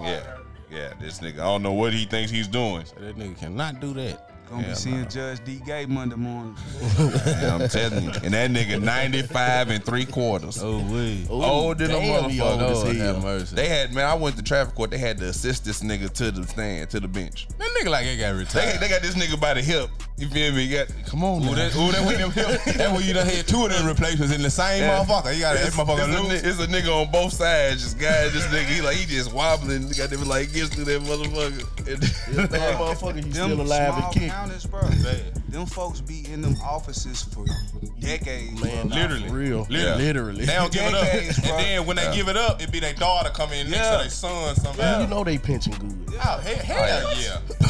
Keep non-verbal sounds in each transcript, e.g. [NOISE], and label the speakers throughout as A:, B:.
A: Yeah, yeah. This nigga, I don't know what he thinks he's doing.
B: That nigga cannot do that.
C: Gonna be
B: Hell
C: seeing
B: nah.
C: Judge D. Gay Monday morning.
A: Man, I'm telling you. And that nigga 95 and three quarters.
B: Oh we.
D: Ooh,
A: Old than a
D: damn, he old
A: motherfucker.
D: as
B: Lord have
D: hell.
B: mercy.
A: They had man, I went to traffic court. They had to assist this nigga to the stand, to the bench.
B: that nigga like he got
A: They,
B: retired.
A: they got this nigga by the hip. You feel me? Got, come on,
B: Ooh,
A: now.
B: that, ooh, that when them, that when you done had two of them replacements in the same
A: [LAUGHS] Yeah.
B: motherfucker. You got that
A: It's, it's
B: motherfucker
A: a,
B: loose.
A: ni- it's a nigga on both sides. Just guy, this nigga, he like he just wobbling. Got them like gets through that motherfucker. [LAUGHS] And-
D: That motherfucker, he's
C: Them
D: still alive
C: small
D: and kicking.
C: counties, bro. Them folks be in them offices for decades. bro.
D: Man, nah,
B: Literally.
D: for real.
A: Yeah.
D: Literally.
B: They don't give it up.
C: Decades,
B: And
C: bro.
B: then when they
A: Yeah.
B: give it up, it be their daughter coming in next
C: Yeah.
B: to their son somehow.
D: Man, you know they pinching good.
B: Oh, hell, hell
A: Oh,
B: yeah.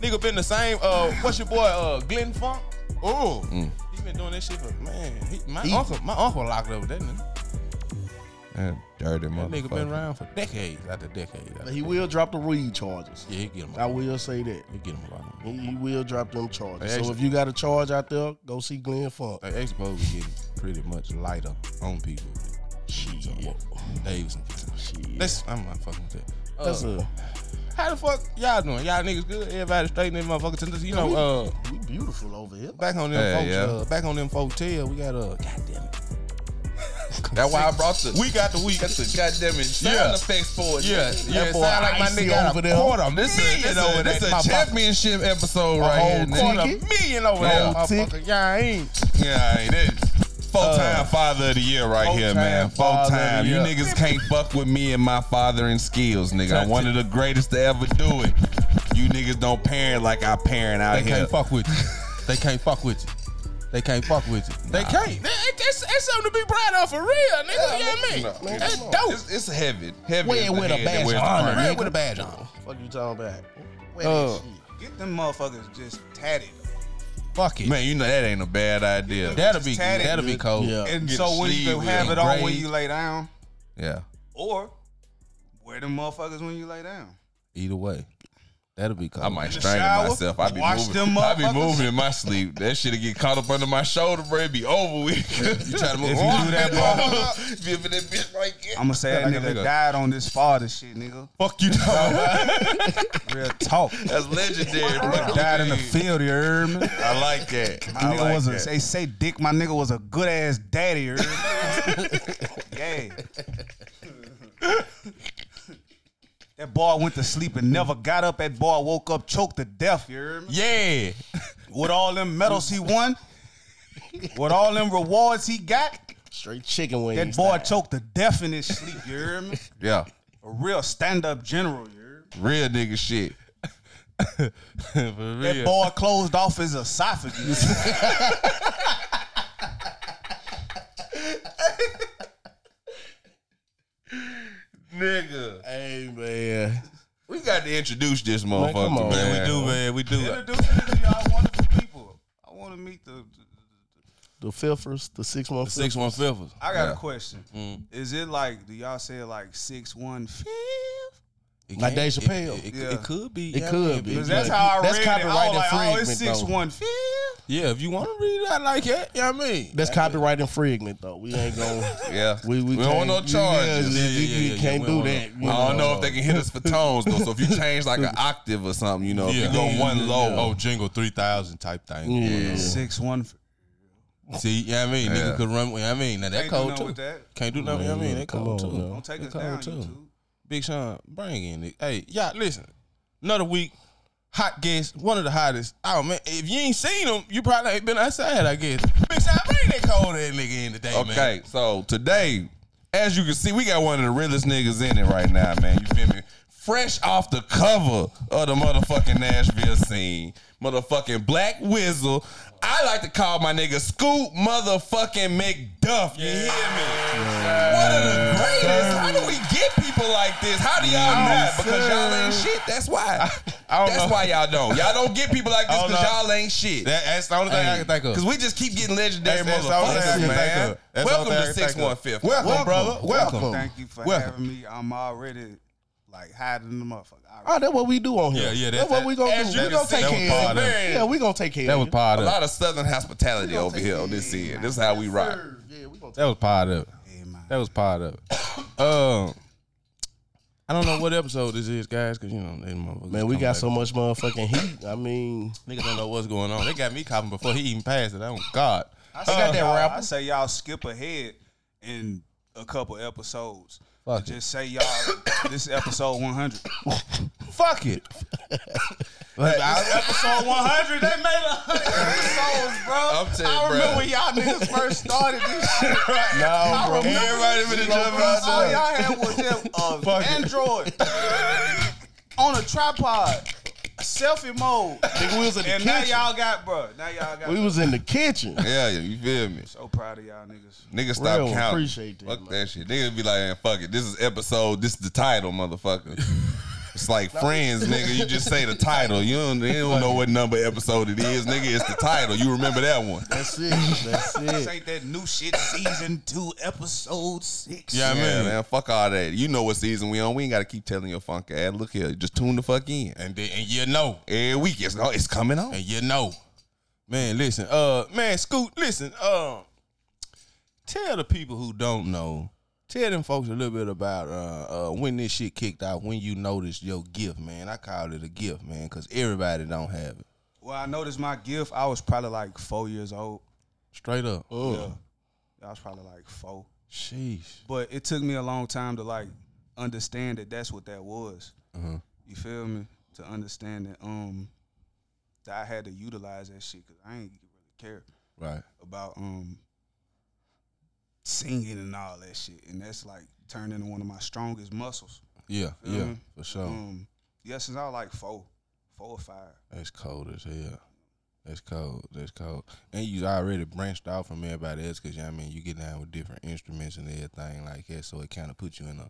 B: Nigga been the same. Uh, what's your boy? Uh, Glenn Funk. Oh, he been doing that shit for man. He, my
D: He-
B: uncle, my uncle locked up with that nigga.
A: That dirty
B: That
A: motherfucker.
B: nigga been around for decades after decades. After
D: Now, He will drop the weed charges.
B: Yeah, he get him. A
D: I
B: lot.
D: will say that.
B: He get him a lot. Of money.
D: He, he will drop them charges.
B: Hey,
D: So if you got a charge out there, go see Glenn Funk.
B: They exposed to getting pretty much lighter on people.
D: Shit.
B: Davidson.
D: Shit.
B: That's I'm not fucking with that. Uh,
D: That's a,
B: how the fuck y'all doing? Y'all niggas good? Everybody straight in that motherfucker. Since, You know, uh,
D: we beautiful over here.
B: back on them
A: Yeah,
B: folks.
A: yeah.
B: Uh, back on them folks. Tail. We got a. Uh, God damn it.
A: That's why I brought the.
B: We got the week.
A: That's the goddamn it. Sound
B: Yeah.
A: effects for it.
B: Yeah, yeah. It
D: boy
B: sound like my
D: icy
B: nigga got
D: over
B: a
D: there.
B: quarter. This is
A: Million
B: this
A: over
B: a,
A: that.
B: this
A: That's
B: a
A: a
B: champion
A: championship episode
B: right
A: right here.
B: here. Quarter
A: nigga.
D: ticket.
B: million over
A: Yeah.
B: there, motherfucker. Y'all ain't.
A: Yeah, ain't Four time father of the year right here,
B: four-time
A: man. Four
B: Uh, father of the
A: time. You
B: year.
A: niggas can't fuck with me and my fathering skills, nigga. I'm one of the greatest to ever do it. You niggas don't parent like I parent out
B: They
A: here.
B: can't fuck with you. They can't fuck with you. They can't fuck with you. They can't. That- That's that's something to be proud of for real, nigga. You know what I mean?
D: Man,
B: That's
D: come on.
B: dope.
A: It's, it's heavy. Heavy.
D: Wear
A: is
D: it
A: the
D: with a
A: head that
D: badge
A: wears
D: of
A: the
D: honor.
A: crown.
B: Red with a badge on.
D: Fuck you talking about? Where
B: Uh,
D: that shit?
C: Get them motherfuckers just tatted.
B: Fuck it.
A: Man, you know that ain't a bad idea.
B: that'll be
C: Just tatted
B: that'll be
C: good.
B: cold.
D: Yeah.
C: And
A: Get
C: so
A: a
C: when you
A: sleeve
C: can
A: with
C: have
A: it
C: it on when
B: engraved.
C: you lay down,
A: yeah.
C: or wear them motherfuckers when you lay down.
B: Either way, that'll be cold.
A: I might strangle
C: shower,
A: myself. I be
C: wash
A: moving.
C: them
A: I be
C: motherfuckers.
A: moving in my sleep. That shit get caught up under my shoulder, bro. It be over with.
B: You try to move.
C: If you do that, bro.
A: Feel for that bitch right there.
C: I'ma say that
A: Like a nigga.
C: nigga died on this father shit, nigga.
A: Fuck you, dog.
C: Real
A: [LAUGHS]
C: talk.
A: That's legendary, bro.
C: died in the field, you heard me?
A: I like that.
C: My
A: I
C: nigga
A: like
C: was a
A: that.
C: they say dick. My nigga was a good ass daddy. you heard me? [LAUGHS] yeah. That boy went to sleep and never got up. That boy woke up choked to death. You heard me?
B: Yeah.
C: With all them medals he won, with all them rewards he got,
D: Straight chicken wings.
C: that boy choked to death in his sleep. You heard me?
A: yeah,
C: A real stand up general. You heard me?
A: real nigga shit.
B: For
C: That
B: real.
C: boy closed off his esophagus.
A: Nigga,
D: Hey man.
A: we got to introduce this
D: Man, come
A: motherfucker,
D: on,
A: man.
B: we do, man. We do.
C: Introduce me to y'all wonderful people. I want to meet the.
D: The fifthers, the six one
B: Six one fifths.
C: I got
A: Yeah.
C: a question. Is it like? Do y'all say it like six one fifth?
D: Like Dave Chappelle.
B: It, it,
C: Yeah.
B: it could be.
D: It
B: I
D: could
B: mean,
D: be.
C: Because
B: if-
C: that's
D: Yeah.
C: how I
D: That's
C: read it. I
D: copyright
C: was like, oh, it's
D: infringement,
C: six
D: though.
C: one fifth.
B: Yeah, if you want to read it out like that, yeah, I mean.
D: That's copyright infringement though. We ain't gonna
A: [LAUGHS] Yeah,
D: We we,
A: don't want no
D: can't-
A: charges.
D: Yeah,
B: Yeah,
D: you,
B: yeah,
D: you
B: yeah, yeah.
D: can't
B: We
D: do
B: don't
D: that. you
A: I don't know
D: know.
A: if they can hit us for tones though. So if you change like an octave or something, you know, if you
B: Yeah.
A: go
B: Yeah,
A: one low,
B: Oh, jingle three thousand type thing.
D: Yeah.
C: Six one.
B: See, yeah, I mean,
A: Yeah.
B: nigga could run. Yeah, I mean, now that
C: Can't do
B: cold
C: nothing
B: too.
C: with that.
B: Can't do nothing. Yeah, I mean, that
D: come
B: cold
D: on,
B: too.
D: man.
C: Don't take
B: That
C: us down,
B: cold,
C: YouTube.
B: Big Sean, bring in it. Hey, y'all, listen. Another week, hot guest, one of the hottest. Oh man, if you ain't seen him, you probably ain't been outside. I guess. Big Sean, bring that cold ass nigga in today, man.
A: Okay, so today, as you can see, we got one of the realest niggas in it right now, man. You feel me? Fresh off the cover of the motherfucking Nashville scene, motherfucking Black Whistle. I like to call my nigga Scoop motherfucking McDuff. You hear me? One of the greatest. How do we get people like this? How do y'all not? Because y'all ain't shit. That's why.
B: [LAUGHS] I don't
A: That's
B: know.
A: why y'all don't. Y'all don't get people like this
B: I don't
A: because
B: know.
A: y'all ain't shit.
B: That, that's the only thing I can think of.
A: Because we just keep getting legendary
B: That's- that's all I
A: motherfuckers,
B: can think
A: man.
B: of. That's all
A: Welcome
B: I
A: to
B: can think of.
A: 615.
B: Welcome, brother. Welcome.
C: Thank you for
B: Welcome.
C: having me. I'm already like hiding the motherfucker. All right.
D: Oh, that's what we do on here.
B: Yeah, yeah,
D: That's,
B: that-
D: what
B: that-
D: we gonna
A: As
D: do.
A: you
D: We
A: can
D: gonna
A: see,
D: take
B: that was
D: care
B: part
D: of
B: of
D: you.
A: it.
D: Yeah, we gonna take care
B: that
D: of
B: was
D: you.
B: part
A: A
B: of. it.
A: lot of Southern hospitality over here on this end. This is how we rock.
D: Yeah, we gonna take
B: That was part of. it.
C: Hey, man.
B: That was part of. it. Um, I don't know what episode this is, guys, because you know they motherfuckers.
D: Man, we
B: come
D: got
B: back.
D: so much motherfucking heat. I mean,
B: niggas don't know what's going on. They got me copping before he even passed it. Oh God,
C: I
B: They
C: say,
B: got that
A: [LAUGHS]
C: y'all,
B: rapper.
C: I say y'all skip ahead in a couple episodes.
B: Fuck
C: just say y'all this is episode 100.
B: Fuck it. Like,
A: [LAUGHS]
B: I-
C: episode 100. They made a hundred episodes, bro.
A: I'm telling you,
C: I remember
A: bruh.
C: when y'all niggas first started
A: [LAUGHS]
C: this shit. Right?
D: Nah,
C: I
D: bro.
C: remember
A: Everybody
C: this
A: finna
C: shit,
A: jump
C: bro.
A: out
C: All
A: there.
C: y'all had was them
A: [LAUGHS]
C: uh,
B: Fuck it.
C: Android on a tripod, selfie mode,
D: nigga, we was in the
C: and now
D: kitchen.
C: y'all got, bro. Now y'all got.
D: we was in the kitchen.
A: Yeah, yeah, you feel me?
C: so proud of y'all niggas.
A: Niggas stop
D: Real,
A: counting.
D: appreciate that,
A: Fuck
D: man.
A: that shit. Niggas be like, "Man, fuck it. This is episode. This is the title, motherfucker. it's [LAUGHS] like friends, nigga. You just say the title. You don't, you don't know what number episode it is, nigga. It's the title. You remember that one?
D: [LAUGHS] That's it. That's
C: This
D: it.
C: ain't that new shit season two, episode six.
B: Yeah, I mean-
A: man. Fuck all that. You know what season we on. We ain't gotta keep telling your funk ass. Look here, just tune the fuck in.
B: and they, and you know,
A: Every week it's go- it's coming on.
B: and you know, man. Listen, uh, man, Scoot, listen, uh, tell the people who don't know, tell them folks a little bit about uh, uh when this shit kicked out, when you noticed your gift, man. I called it a gift, man, because everybody don't have it.
C: Well, I noticed my gift. I was probably like four years old.
B: Straight up, oh
C: Yeah. I was probably like four.
B: sheesh,
C: But it took me a long time to like understand that that's what that was. You feel me? To understand that um that I had to utilize that shit because I ain't really care
B: right.
C: about um singing and all that shit, and that's like turned into one of my strongest muscles.
B: Yeah,
C: Feel
B: yeah,
C: me?
B: for sure.
C: Um, yeah, since I was like four, four or five.
B: That's cold as hell. That's cold. That's cold. And you already branched out from everybody else because, you know what I mean, you get down with different instruments and everything like that. So it kind of puts you in a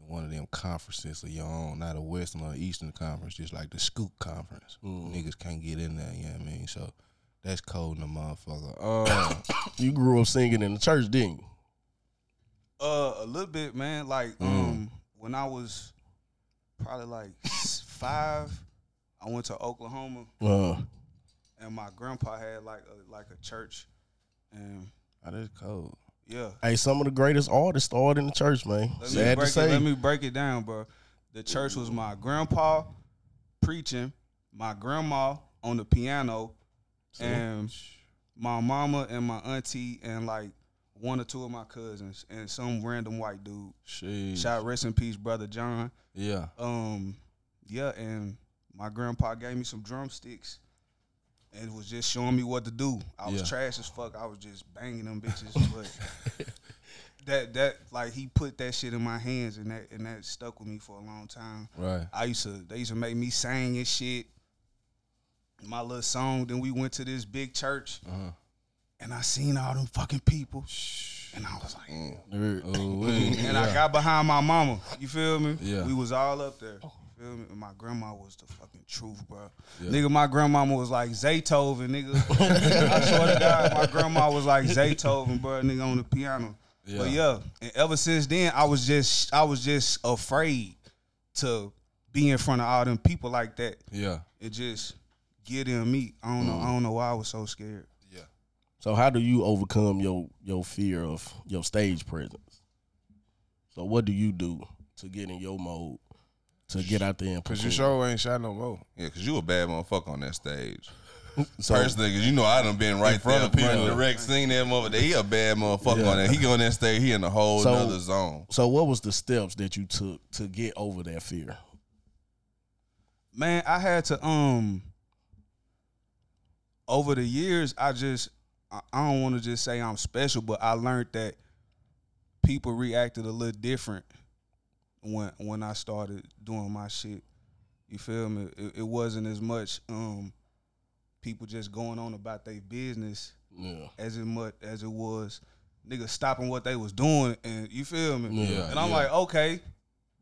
B: in one of them conferences of your own, not a Western or Eastern conference, just like the Scoop conference. Niggas can't get in there, you know what I mean? So that's cold in the motherfucker. Uh, [COUGHS]
D: You grew up singing in the church, didn't you?
C: Uh, a little bit, man. Like,
D: Mm.
C: um, when I was probably like s- five, I went to Oklahoma,
D: Uh,
C: and my grandpa had like a, like a church, and
B: oh, that's cold.
C: yeah.
D: hey, some of the greatest artists started in the church, man.
C: Let me
D: Sad to
C: break it.
D: say.
C: Let me break it down, bro. The church was my grandpa preaching, my grandma on the piano, and my mama and my auntie and like one or two of my cousins and some random white dude.
B: Shit.
C: Shout rest in peace, brother John.
B: Yeah.
C: Um, yeah, and my grandpa gave me some drumsticks and was just showing me what to do. I was
B: Yeah.
C: trash as fuck. I was just banging them bitches, but that that like he put that shit in my hands and that and that stuck with me for a long time.
B: Right.
C: I used to they used to make me sing and shit. My little song. Then we went to this big church,
B: Uh-huh.
C: and I seen all them fucking people, and I was like,
B: Oh, wait.
C: [LAUGHS] and I got behind my mama. You feel me?
B: Yeah.
C: We was all up there. You feel me? And my grandma was the fucking truth, bro. Nigga, my grandmama was like Zaytoven, nigga. [LAUGHS] I swear to God, my grandma was like Zaytoven, bro. Nigga on the piano. But yeah, and ever since then, I was just, I was just afraid to be in front of all them people like that.
B: Yeah.
C: It just get in me. I don't know. I don't know why I was so scared.
D: So how do you overcome your your fear of your stage presence? So what do you do to get in your mode to get out there and
B: Because
D: perform?
B: your show ain't shot no more.
A: Yeah, cause you a bad motherfucker on that stage.
D: so,
A: Personally, cause you know I done been right
B: front
A: there,
B: of people.
A: front of the wreck, singing that motherfucker. He a bad motherfucker
D: Yeah.
A: on that. He go on that stage, he in a whole
D: So-
A: nother zone.
D: so what was the steps that you took to get over that fear?
C: man, I had to um over the years I just I, I don't want to just say I'm special, but I learned that people reacted a little different when when I started doing my shit. You feel me? It, it wasn't as much um people just going on about their business
D: Yeah.
C: as it much as it was niggas stopping what they was doing and you feel me?
D: Yeah,
C: and I'm like, okay.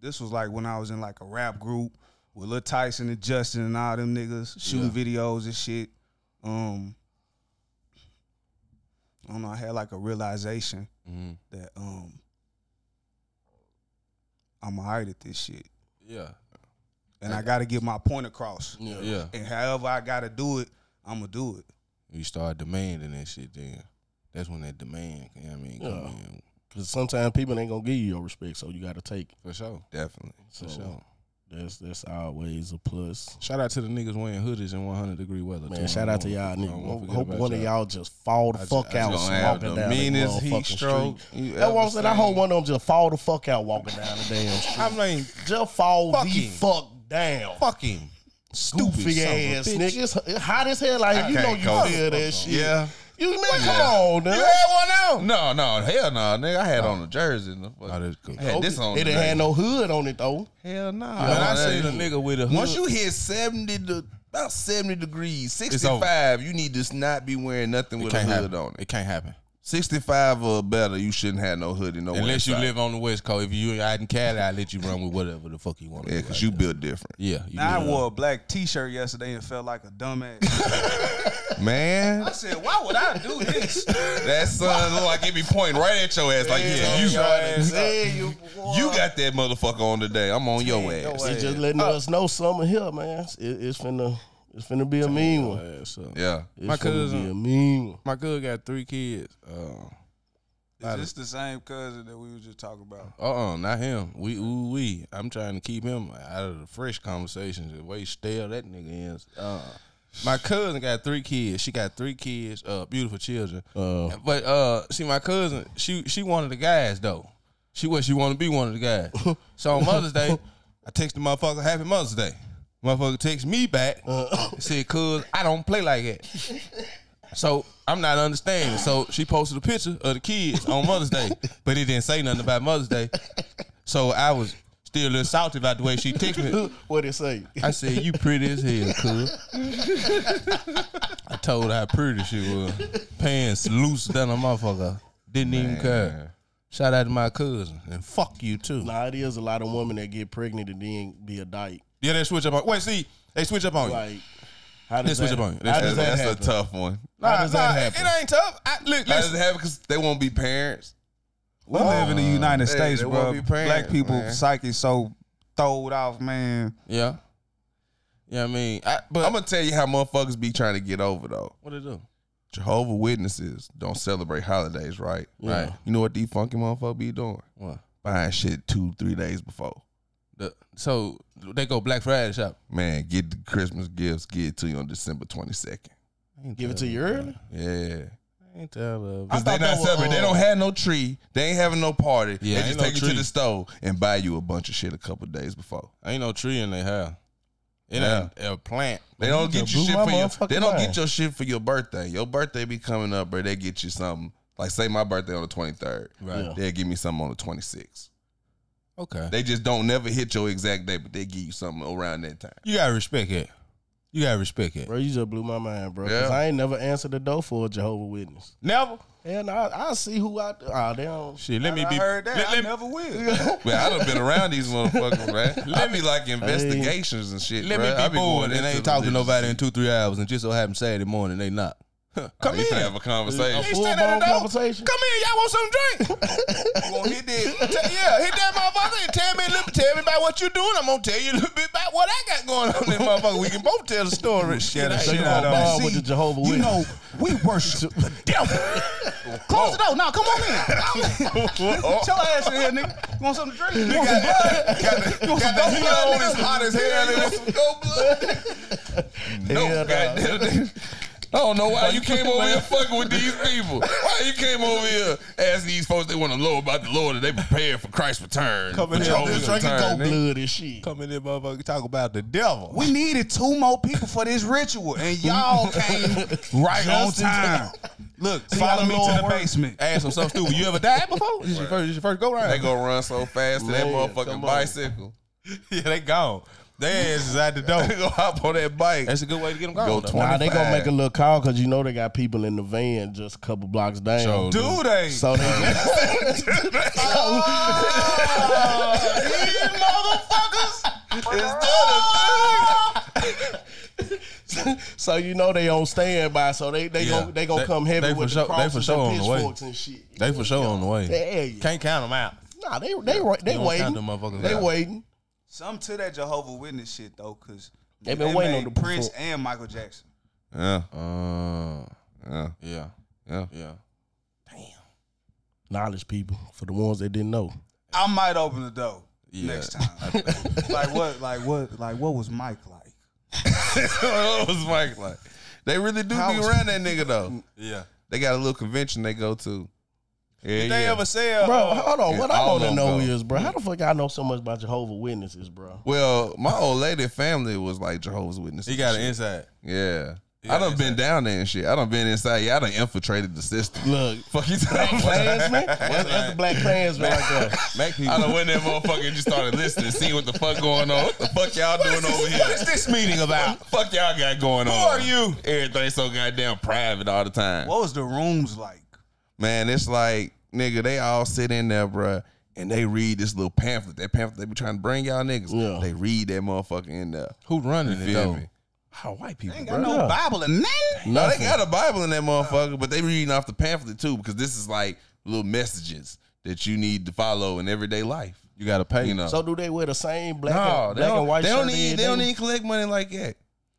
C: This was like when I was in like a rap group with Lil Tyson and Justin and all them niggas shooting videos and shit. Um I don't know, I had like a realization
D: Mm-hmm.
B: Mhm.
C: that um I'm alright at this shit.
B: Yeah.
C: And I gotta get my point across.
D: Yeah.
B: Yeah.
C: And however I gotta do it, I'ma do it.
B: you start demanding that shit then. That's when that demand, you know what I mean, come in.
D: Because sometimes people ain't gonna give you your respect, so you gotta take it.
B: For sure.
A: Definitely.
D: So
B: sure.
D: that's that's always a plus.
B: Shout out to the niggas wearing hoodies in 100 degree weather.
D: Man,
B: too.
D: shout out to y'all
B: I don't wanna
D: niggas.
B: forget
D: Hope
B: about
D: one of y'all just fall the fuck
B: I
D: out
A: Gonna have
D: walking
A: the
D: down the
A: meanest heat
D: motherfucking
A: stroke.
D: street.
A: you
D: That's what
A: ever
D: I'm saying. I
A: seen.
D: hope one of them just fall the fuck out walking down the damn street.
B: I mean,
D: just fall
B: Fuck
D: the
B: him.
D: fuck down.
B: fucking
D: Stupid
B: son of a
D: ass
B: bitch.
D: nigga. It's it's hot as hell out
A: I
D: here. You know
A: can't go.
D: you feel that shit.
A: Yeah.
D: You man, come on,
A: You
D: nigga.
A: had one on? No, no, hell no, nigga. I had on a jersey. and the fuck-
B: Oh, that's cool.
A: I had this on.
D: It didn't
A: today.
D: have no hood on it though.
A: Hell no.
B: When I seen a nigga with a hood.
A: Once you hit seventy to about seventy degrees,
B: over.
A: sixty-five, you need to not be wearing nothing with a
B: can't
A: hood
B: happen.
A: on it.
B: It can't happen.
A: Sixty-five or better, you shouldn't have no hoodie. No,
B: Unless you live on the West Coast. If you out in Cali, I let you run with whatever the fuck you want.
A: yeah, because you built different,
B: Yeah. You
C: Now I
B: live-
C: wore a black T-shirt yesterday and felt like a dumbass.
A: man. [LAUGHS]
C: I said, "Why would I do
D: [LAUGHS]
C: this?"
A: That sun look like it be pointing right at your ass, like yeah, you. You got that motherfucker on today. I'm on your ass.
D: It's just letting us know summer here, man. It's, it, it's finna, it's finna be a mean one.
B: Ass up.
A: Yeah.
D: It's
B: My
D: finna
B: cousin-
D: be a mean one.
B: My good got three kids. Uh
C: Is this the same cousin that we were just talking about?
B: uh, not him. We ooh we. I'm trying to keep him out of the fresh conversations. The way stale that nigga is. Uh, my cousin got three kids. She got three kids. Uh, beautiful children.
D: Uh,
B: But uh, see, my cousin, she she one of the guys though. She what she want to be one of the guys. so on Mother's Day, I text the motherfucker Happy Mother's Day. Motherfucker text me back,
D: Uh. [LAUGHS]
B: said, "Cuz I don't play like that." So I'm not understanding. So she posted a picture of the kids on Mother's Day, but it didn't say nothing about Mother's Day. So I was still a little salty about the way she texted me.
D: what it say?
B: I said, "You pretty as hell, cuz." I told her how pretty she was. Pants loose down a motherfucker. Didn't even care. Shout out to my cousin and fuck you too.
D: [LAUGHS] Nah, it is a lot of women that get pregnant and then be a dyke.
B: Yeah, they switch up on. Wait, see, they switch up on you.
D: Like, how
B: They
D: does
B: switch
D: that?
B: up on you. They
D: How
B: switch
D: does
A: That's,
D: that
A: that's a
D: happen?
A: tough one.
D: How does that happen?
B: It ain't tough. I, look, listen,
A: How does it happen? Because they won't be parents.
C: We live in the United
A: they-
C: States,
A: Oh. they
C: bro.
A: won't be paying,
C: Black people
A: man.
C: psyche so throwed off, man.
B: yeah, yeah. I mean, I, but
A: I'm gonna tell you how motherfuckers be trying to get over though.
B: what it do?
A: Jehovah Witnesses don't celebrate holidays, right?
B: Yeah.
A: Right. You know what these funky motherfuckers be doing?
B: What?
A: Buying shit two, three days before.
B: The, so they go Black Friday shop.
A: Man, get the Christmas gifts, get it to you on December 22nd.
D: Give it to you early.
A: Yeah.
B: I ain't tell her.
A: Because they not
D: thought that was,
A: celebrating. they
D: uh,
A: don't have no tree. They ain't having no party.
B: Yeah,
A: they
B: ain't
A: just
B: no
A: take you
B: tree.
A: to the store and buy you a bunch of shit a couple days before.
B: Ain't no tree in their hair. It
A: Yeah.
B: ain't a plant.
A: They don't get
D: just
A: you
D: blew
A: shit
D: my
A: for your.
D: motherfucking
A: They don't
D: mind.
A: get your shit for your birthday. Your birthday be coming up, bro. They get you something. Like say my birthday on the twenty third.
B: Right.
A: They'll give me something on the twenty sixth.
B: Okay.
A: They just don't never hit your exact day, but they give you something around that time.
B: You gotta respect it. You gotta respect it.
D: Bro, you just blew my mind, bro. 'Cause
A: Yeah.
D: I ain't never answered the door for a Jehovah Witness.
B: Never.
D: And I, I see who out there. Oh, they don't.
B: Shit, let me
C: I
B: be.
C: heard that.
B: Let,
C: I
B: let,
C: never will.
A: But I done been around these motherfuckers, man. Let me like investigations and shit.
B: let
A: bruh. I
B: me be bored
A: going
B: and
A: into
B: ain't talking to
A: religious
B: nobody in
A: shit.
B: two three hours, and just so happen Saturday morning they not. Huh, Come
A: They
B: in.
A: finna
B: Come
A: have a conversation.
D: full
B: stand at
D: blown
B: the door.
D: conversation.
B: in, y'all want some drink?
A: You gonna hit that?
B: Tell- yeah, hit that motherfucker and tell me, a little, tell me about what you doing. I'm gonna tell you a little bit about what I got going on, in that motherfucker. We can both tell the
C: [LAUGHS]
B: story. Shit,
C: the
B: I-
D: So
C: shit
D: you
C: out
D: gonna
C: of them.
D: bond with the Jehovah
C: [LAUGHS] You
D: Witness.
C: know, we worship the devil. [LAUGHS] Close the door. Now come on in. [LAUGHS] Get your ass in here, nigga. You want something to drink? You want some blood? You want some
A: Got the
C: dope
A: heel
C: blood,
A: on is
C: nigga?
A: hot as hell and it's some [LAUGHS] gold blood.
D: Hell
A: no,
D: no.
A: goddamn it. I don't know why you came over here fucking with these people. Why you came over here asking these folks they want to know about the Lord and they prepared for Christ's return.
B: Come in
A: for
B: here,
A: Jehovah's
B: this drinking
A: return,
D: Go
A: nigga.
D: blood and shit.
B: Come in, there, motherfucker. Talk about the devil.
C: We needed two more people for this ritual, and [LAUGHS] y'all came right on
B: Just in
C: time. Look,
B: how
C: follow
B: the
C: me
B: Lord
C: to the
B: works?
C: basement.
B: Ask them something stupid. You ever died before? This is your first, this your first go round.
A: They gonna run so fast to that
D: Man,
A: motherfucking
D: come on.
A: bicycle.
B: [LAUGHS] yeah, they gone. Their ass is out the
A: [LAUGHS]
B: door.
A: They gonna hop on that bike.
B: That's a good way to get them gone.
A: Go
B: though.
A: 20.
D: Nah, they gonna
A: 25.
D: make a little call because you know they got people in the van just a couple blocks down.
B: Sure do. Oh.
C: Do they?
D: So they [LAUGHS] just, [LAUGHS]
C: These motherfuckers.
D: so you know they on standby. So they they
B: Yeah.
D: gon' they gonna
B: They-
D: come heavy
B: they for
D: with
B: sure-
D: the
B: they for
D: crosses
B: sure on
D: and
B: the way.
D: pitchforks and
B: [LAUGHS]
D: shit.
B: They for sure on the way.
D: Hell yeah.
B: Can't count them out.
D: Nah, they they wa- they
B: You don't count them
D: waiting.
B: motherfuckers
D: They
B: out.
D: waiting.
C: Some to that Jehovah Witness shit though, cause
D: They been waiting
C: made
D: on the
C: Prince
D: perform-
C: and Michael Jackson.
A: Yeah,
B: Uh,
A: yeah,
B: yeah,
A: yeah.
B: yeah. Damn.
D: knowledge people for the ones that didn't know.
C: I might open the door
A: Yeah.
C: next
A: [LAUGHS]
C: time. like what? Like what? Like what was Mike like?
A: [LAUGHS] what was Mike like? They really do
C: How
A: be
C: was-
A: around that nigga though.
B: Yeah.
A: They got a little convention they go to. Yeah,
B: Did they
A: yeah.
B: ever sell?
D: Bro,
B: uh,
D: hold on.
A: Oh, yeah,
D: What I
A: all
D: want to
A: them, bro.
D: know is, bro, how the fuck I know so much about Jehovah Witnesses, bro?
A: well, my old lady family was like Jehovah's Witnesses.
B: he got an
A: and
B: inside.
A: shit. yeah.
B: got
A: I done
B: an
A: been down there and shit. I done been inside. Yeah, I done infiltrated the system. [LAUGHS]
D: Look,
A: Fuck you
D: Black
A: talking about?
D: Klansman. That's, that's the Black Klansman right there. [LAUGHS]
B: Mac people.
A: I done went in that motherfucker and just started listening, seeing what the fuck going on. What the fuck y'all doing over here? What is this meeting about? Fuck y'all got going on? Who
B: are you?
A: Everything so goddamn private all the time.
C: What was the rooms like?
A: man, it's like, nigga, they all sit in there, bruh, and they read this little pamphlet. That pamphlet they be trying to bring y'all niggas.
D: Yeah.
A: They read that motherfucker in there.
B: Who running it
A: Feel
B: though?
A: me? How white people,
C: Ain't
A: bruh.
C: got no
D: Yeah.
C: Bible or nothing.
A: No, they got a Bible in that motherfucker, but they reading off the pamphlet too, because this is like little messages that you need to follow in everyday life.
B: You gotta pay.
A: You know.
D: So do they wear the same black,
A: No,
D: and,
A: they
D: black
A: don't,
D: and white
A: they don't
D: shirt
A: need
D: every
A: they don't
D: day?
A: need collect money like that.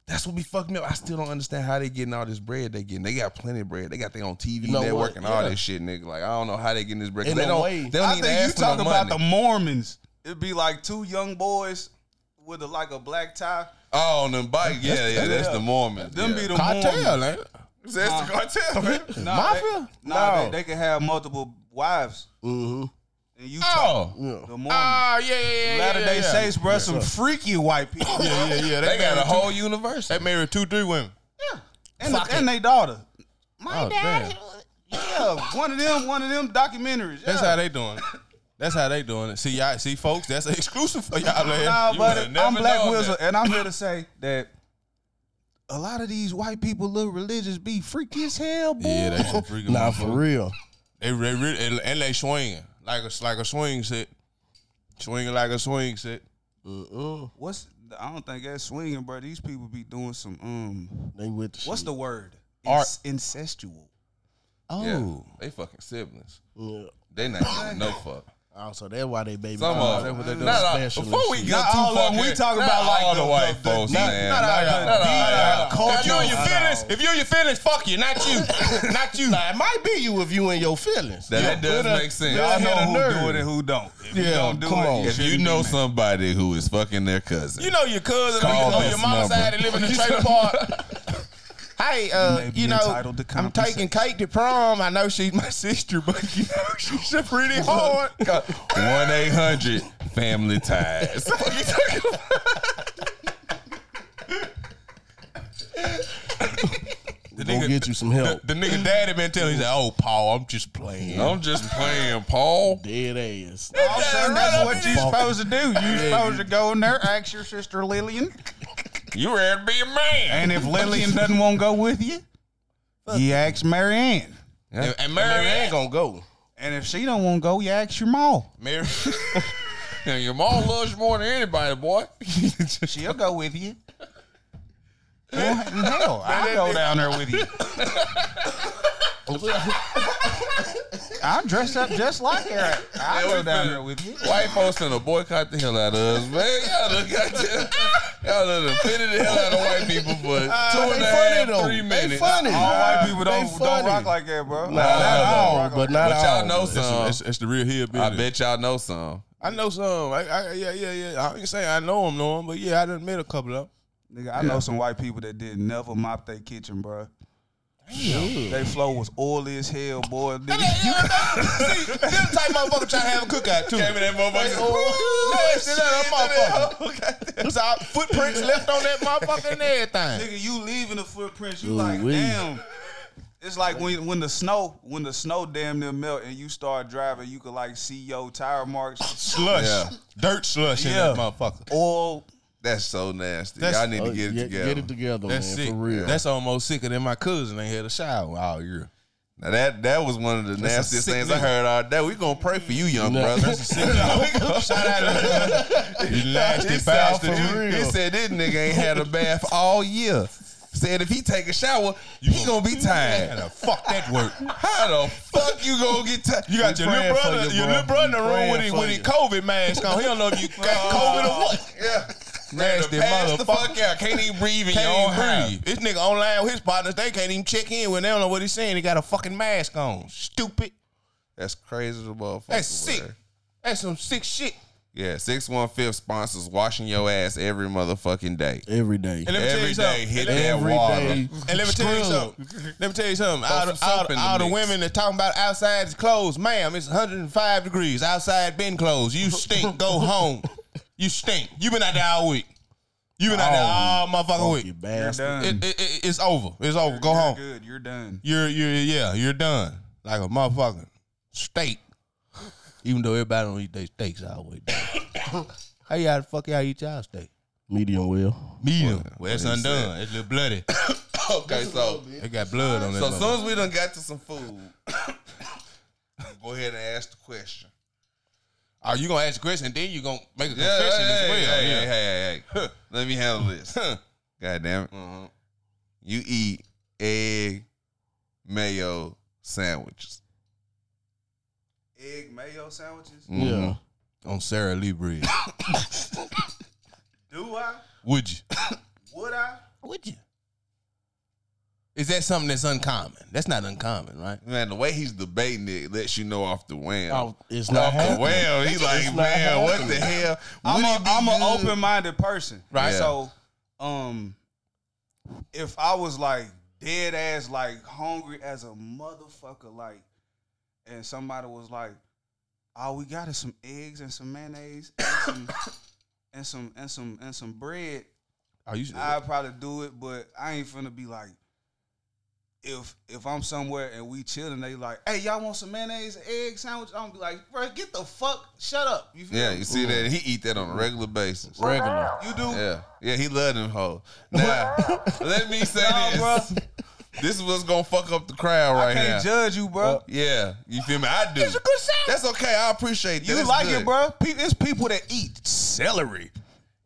A: That's what be fucking me up. I still don't understand how they getting all this bread they getting. They got plenty of bread. They got their own TV
D: You know
A: network
D: what?
A: and all
D: Yeah.
A: this shit, nigga. Like I don't know how they getting this bread. 'Cause
D: In
A: They
D: a
A: don't,
D: way.
A: they don't
C: I
A: even
C: think you
A: ask for no
C: talk about the
A: money.
C: Mormons. It'd be like two young boys with a, like a black tie.
A: oh on them bike. Yeah, yeah, that's
C: yeah.
A: the Mormons.
C: Them
A: yeah.
C: be the
B: Cartel,
C: Mormons.
B: man.
A: that's the cartel. man.
C: Nah,
D: Mafia?
C: They, nah,
D: No.
C: They, they can have multiple wives.
D: Mhm.
C: And you
A: Oh,
D: Yeah.
C: the Mormons.
B: Oh yeah, yeah, yeah.
C: Latter Day
B: yeah, yeah.
C: Saints, bruh, some freaky
A: [CLEARS THROAT]
C: white people.
B: Yeah, yeah, yeah. They,
A: they got a
B: married
A: whole
B: Two,
A: universe.
B: they married two, three women.
C: and, the, and they daughter. My
B: Oh, damn.
C: Yeah, one of them, one of them documentaries.
B: That's
C: yeah.
B: how they doing. it. [LAUGHS] That's how they doing it. See y'all, see folks. That's [LAUGHS] exclusive for y'all, man.
C: Nah,
B: You
C: buddy,
B: would've never
C: I'm Black
B: known that.
C: Wizard, and I'm here to say that a lot of these white people look religious, be freaky as hell, boy.
B: Yeah, they some freaking.
D: Nah,
B: motherfuckers.
D: for real.
B: They, they really and, and they swinging like a like a swing set, swinging like a swing set.
D: Uh-uh.
C: What's I don't think that's swinging, bro. These people be doing some um.
D: They with the
C: What's
D: shit.
C: the word?
B: Art.
C: Inc- incestual.
A: [LAUGHS] Yeah, they fucking siblings.
D: Oh. Yeah.
A: They not giving no fuck.
D: Oh, so that's why they baby.
A: Some of
D: mama.
A: them.
D: They
A: Not all-
D: special
A: Before
D: and
A: we
D: shit.
A: get
C: Not
A: too
C: all of
A: far,
C: them. We talking
A: not
C: about, like,
A: all
C: the-
A: the white
C: the- the-
A: folks,
C: not-
A: man.
C: not all
A: Not
C: the-
A: all
C: not
A: the-
C: all the
B: If you in your
C: Not
B: feelings,
C: all.
B: if you in your feelings, fuck you, not you, not you.
D: Nah, it might be you if you in your feelings.
A: That, that does make sense.
C: Y'all know
D: hit a
C: who
D: nerve.
C: do it and who don't. If you
D: Yeah,
C: don't do
D: come
C: it,
D: on.
C: you
A: If you
C: shouldn't
A: know
C: be
A: somebody who is fucking their cousin,
B: You know your cousin or,
A: Call
B: your- or
A: this
B: your mama's
A: number.
B: side that live in the trailer park. Hey, uh,
C: may be
B: you know,
C: entitled to
B: I'm taking Kate to prom. I know she's my sister, but you know she's a pretty [LAUGHS]
A: [LAUGHS]
B: hard.
A: one eight hundred family ties. What you talking about?
B: The
D: Go get you some help.
B: the nigga daddy been telling he's like, "Oh, Paul, I'm just playing."
A: I'm just playing, Paul.
D: Dead ass.
C: I'm
B: Yeah,
C: saying
B: right
C: that's
B: up
C: what
B: in
C: you
B: his
C: supposed to do. You supposed to go in there, ask your sister Lillian,
A: You ready to be a man?
C: and if Lillian doesn't want to go with you, you ask Marianne.
B: And, and
D: Mary
B: Mary
D: ain't
B: Ann
A: [LAUGHS]
D: gonna go.
C: And if she don't want to go, you ask your mom.
B: Mary.
A: Yeah, your mom loves you more than anybody, boy. [LAUGHS]
C: She'll go with you. Well, hell, I'll go down there with you. I'm dressed up just like her. I'll
A: Yeah,
C: go
A: we
C: down
A: finna-
C: there with you.
A: White folks finna boycott the hell out of us, man. Y'all done got to, y'all done pitted the hell out of white people for
B: [LAUGHS] Ah,
A: two
D: they
A: and a
D: funny
A: half,
D: though.
A: three
D: They
A: minutes.
D: funny.
C: All white people
D: They
C: don't, don't
D: funny.
C: rock like that, bro.
D: Nah, not all, but not
A: But y'all
D: all.
A: know some.
B: the real hill business.
A: I bet y'all know some.
B: I know some. I, I, yeah, yeah, yeah. I ain't saying I know them, know them, but yeah, I done met a couple of
C: Nigga, I know some white people that did never mop their kitchen, bro. They flow was oily as hell, boy. Nigga,
B: them. See, them type motherfucker trying to have a cookout too.
A: Came in that motherfucker.
B: Nasty little motherfucker. It's all footprints left on that motherfucker and everything.
C: nigga, you leaving the footprints, you
D: Ooh,
C: like,
D: wee.
C: damn. It's like when when the snow when the snow damn near melt and you start driving, you could like see your tire marks,
B: Slush,
A: Yeah.
B: dirt slush
C: Yeah.
B: in that motherfucker.
C: oil.
A: That's so nasty.
B: That's-
A: y'all need to
D: Oh,
A: get it
D: yeah,
A: together.
D: Get it together,
B: That's
D: man.
B: sick.
D: For real.
B: That's almost sicker than my cousin. Ain't had a shower all year.
A: Now that that was one of the
B: a
A: nastiest
B: sick
A: things I
B: nigga.
A: heard all day. We gonna pray for you, young
D: No,
A: brother.
D: that's
A: [LAUGHS]
B: Shout out to you
A: He
B: nasty
A: said,
B: bastard.
D: for
A: he
D: real.
A: said this nigga ain't had a bath all year. Said if he take a shower, he gonna be
B: Man,
A: tired.
B: the fuck that [LAUGHS] work.
A: How the fuck you gonna get tired?
B: You got
D: We
B: your little
D: praying for
B: brother,
D: you,
B: your
D: bro.
B: little brother in the
D: We
B: room with
D: praying
B: his
D: for
B: with his
D: you.
B: COVID mask on. He don't know if you got COVID or what.
A: Yeah.
B: Nasty
A: Pass the
B: motherfucker.
A: fuck out. Can't even breathe in your
B: Can't
A: own
B: even
A: house.
B: breathe. This nigga online with his partners, they can't even check in when they don't know what he's saying. He got a fucking mask on. Stupid.
A: That's crazy as a motherfucker.
B: That's sick.
A: bruh.
B: That's some sick shit.
A: Yeah, 615 sponsors washing your ass every motherfucking day.
D: every day.
B: And let me tell
A: Every
B: you
A: day,
B: something. And
A: hit
B: let me-
A: that
D: Every
A: water.
D: day.
B: And let me tell you
D: Scrub.
B: something. Let me tell you something. All,
A: some
B: the,
A: soap
B: all,
A: in
B: the,
A: the
B: all the
A: mix.
B: women that talking about outside is closed, ma'am, it's 105 degrees. Outside been closed. You stink. Go home. You stink. You been out there all week. You been out there
D: Oh,
B: all motherfucking
D: You
B: week.
C: You're
D: bastard.
C: done.
B: It, it, it, it's over. It's over. Go
C: You're
B: home.
C: Good. You're done.
B: You're you're yeah. You're done like a motherfucking steak. Even though everybody don't eat their steaks all the way. [COUGHS] How y'all the fuck y'all eat y'all steak?
D: Medium well.
B: Medium. Well, it's undone. It's a little bloody.
A: Okay, so
B: It got blood on it.
A: so as soon as we done got to some food, [COUGHS] go ahead and ask the question.
B: Are you gonna ask a question? Then you gonna make a
A: Yeah,
B: confession
A: hey,
B: as well.
A: hey,
B: yeah.
A: hey, hey, hey, hey. Let me handle this. God damn it. You eat egg mayo sandwiches.
C: Egg mayo sandwiches.
A: Mm-hmm.
D: Yeah.
B: On Sarah Lee Bridge,
C: Do I?
B: [COUGHS] would you?
C: Would I?
B: Would you? Is that something that's uncommon? That's not uncommon, right?
A: Man, the way he's debating it lets you know off the wham.
D: Oh, it's
A: off
D: not
A: the
D: happening.
A: wham. He's like,
D: not
A: man, what the
D: happening."
A: hell?
C: I'm
A: Would
C: a,
A: it be
C: I'm an
A: good?"
C: open minded person.
A: Right. Yeah.
C: So, um, if I was like dead ass, like hungry as a motherfucker, like, and somebody was like, "All we got is some eggs and some mayonnaise and some [COUGHS] and some and some, and some bread,"
B: Are you?
C: I'd probably do it, but I ain't finna be like. If if I'm somewhere and we chilling, they like, hey, y'all want some mayonnaise, and egg sandwich? I'm gonna be like, bro, get the fuck, shut up. You feel
A: Yeah,
C: me?
A: you see that? He eat that on a regular basis.
D: Regular.
C: You do.
A: Yeah, yeah, he love them
C: [LAUGHS]
A: hoes. Now, let me say
C: Nah,
A: this.
C: bruh.
A: This is what's gonna fuck up the crowd
C: I
A: right
C: can't
A: here.
C: judge you, bro.
A: yeah, you feel me? I do. That's okay. I appreciate that.
C: you
A: It's
C: like
A: good.
C: it, bro. Pe- It's people that eat.
B: celery.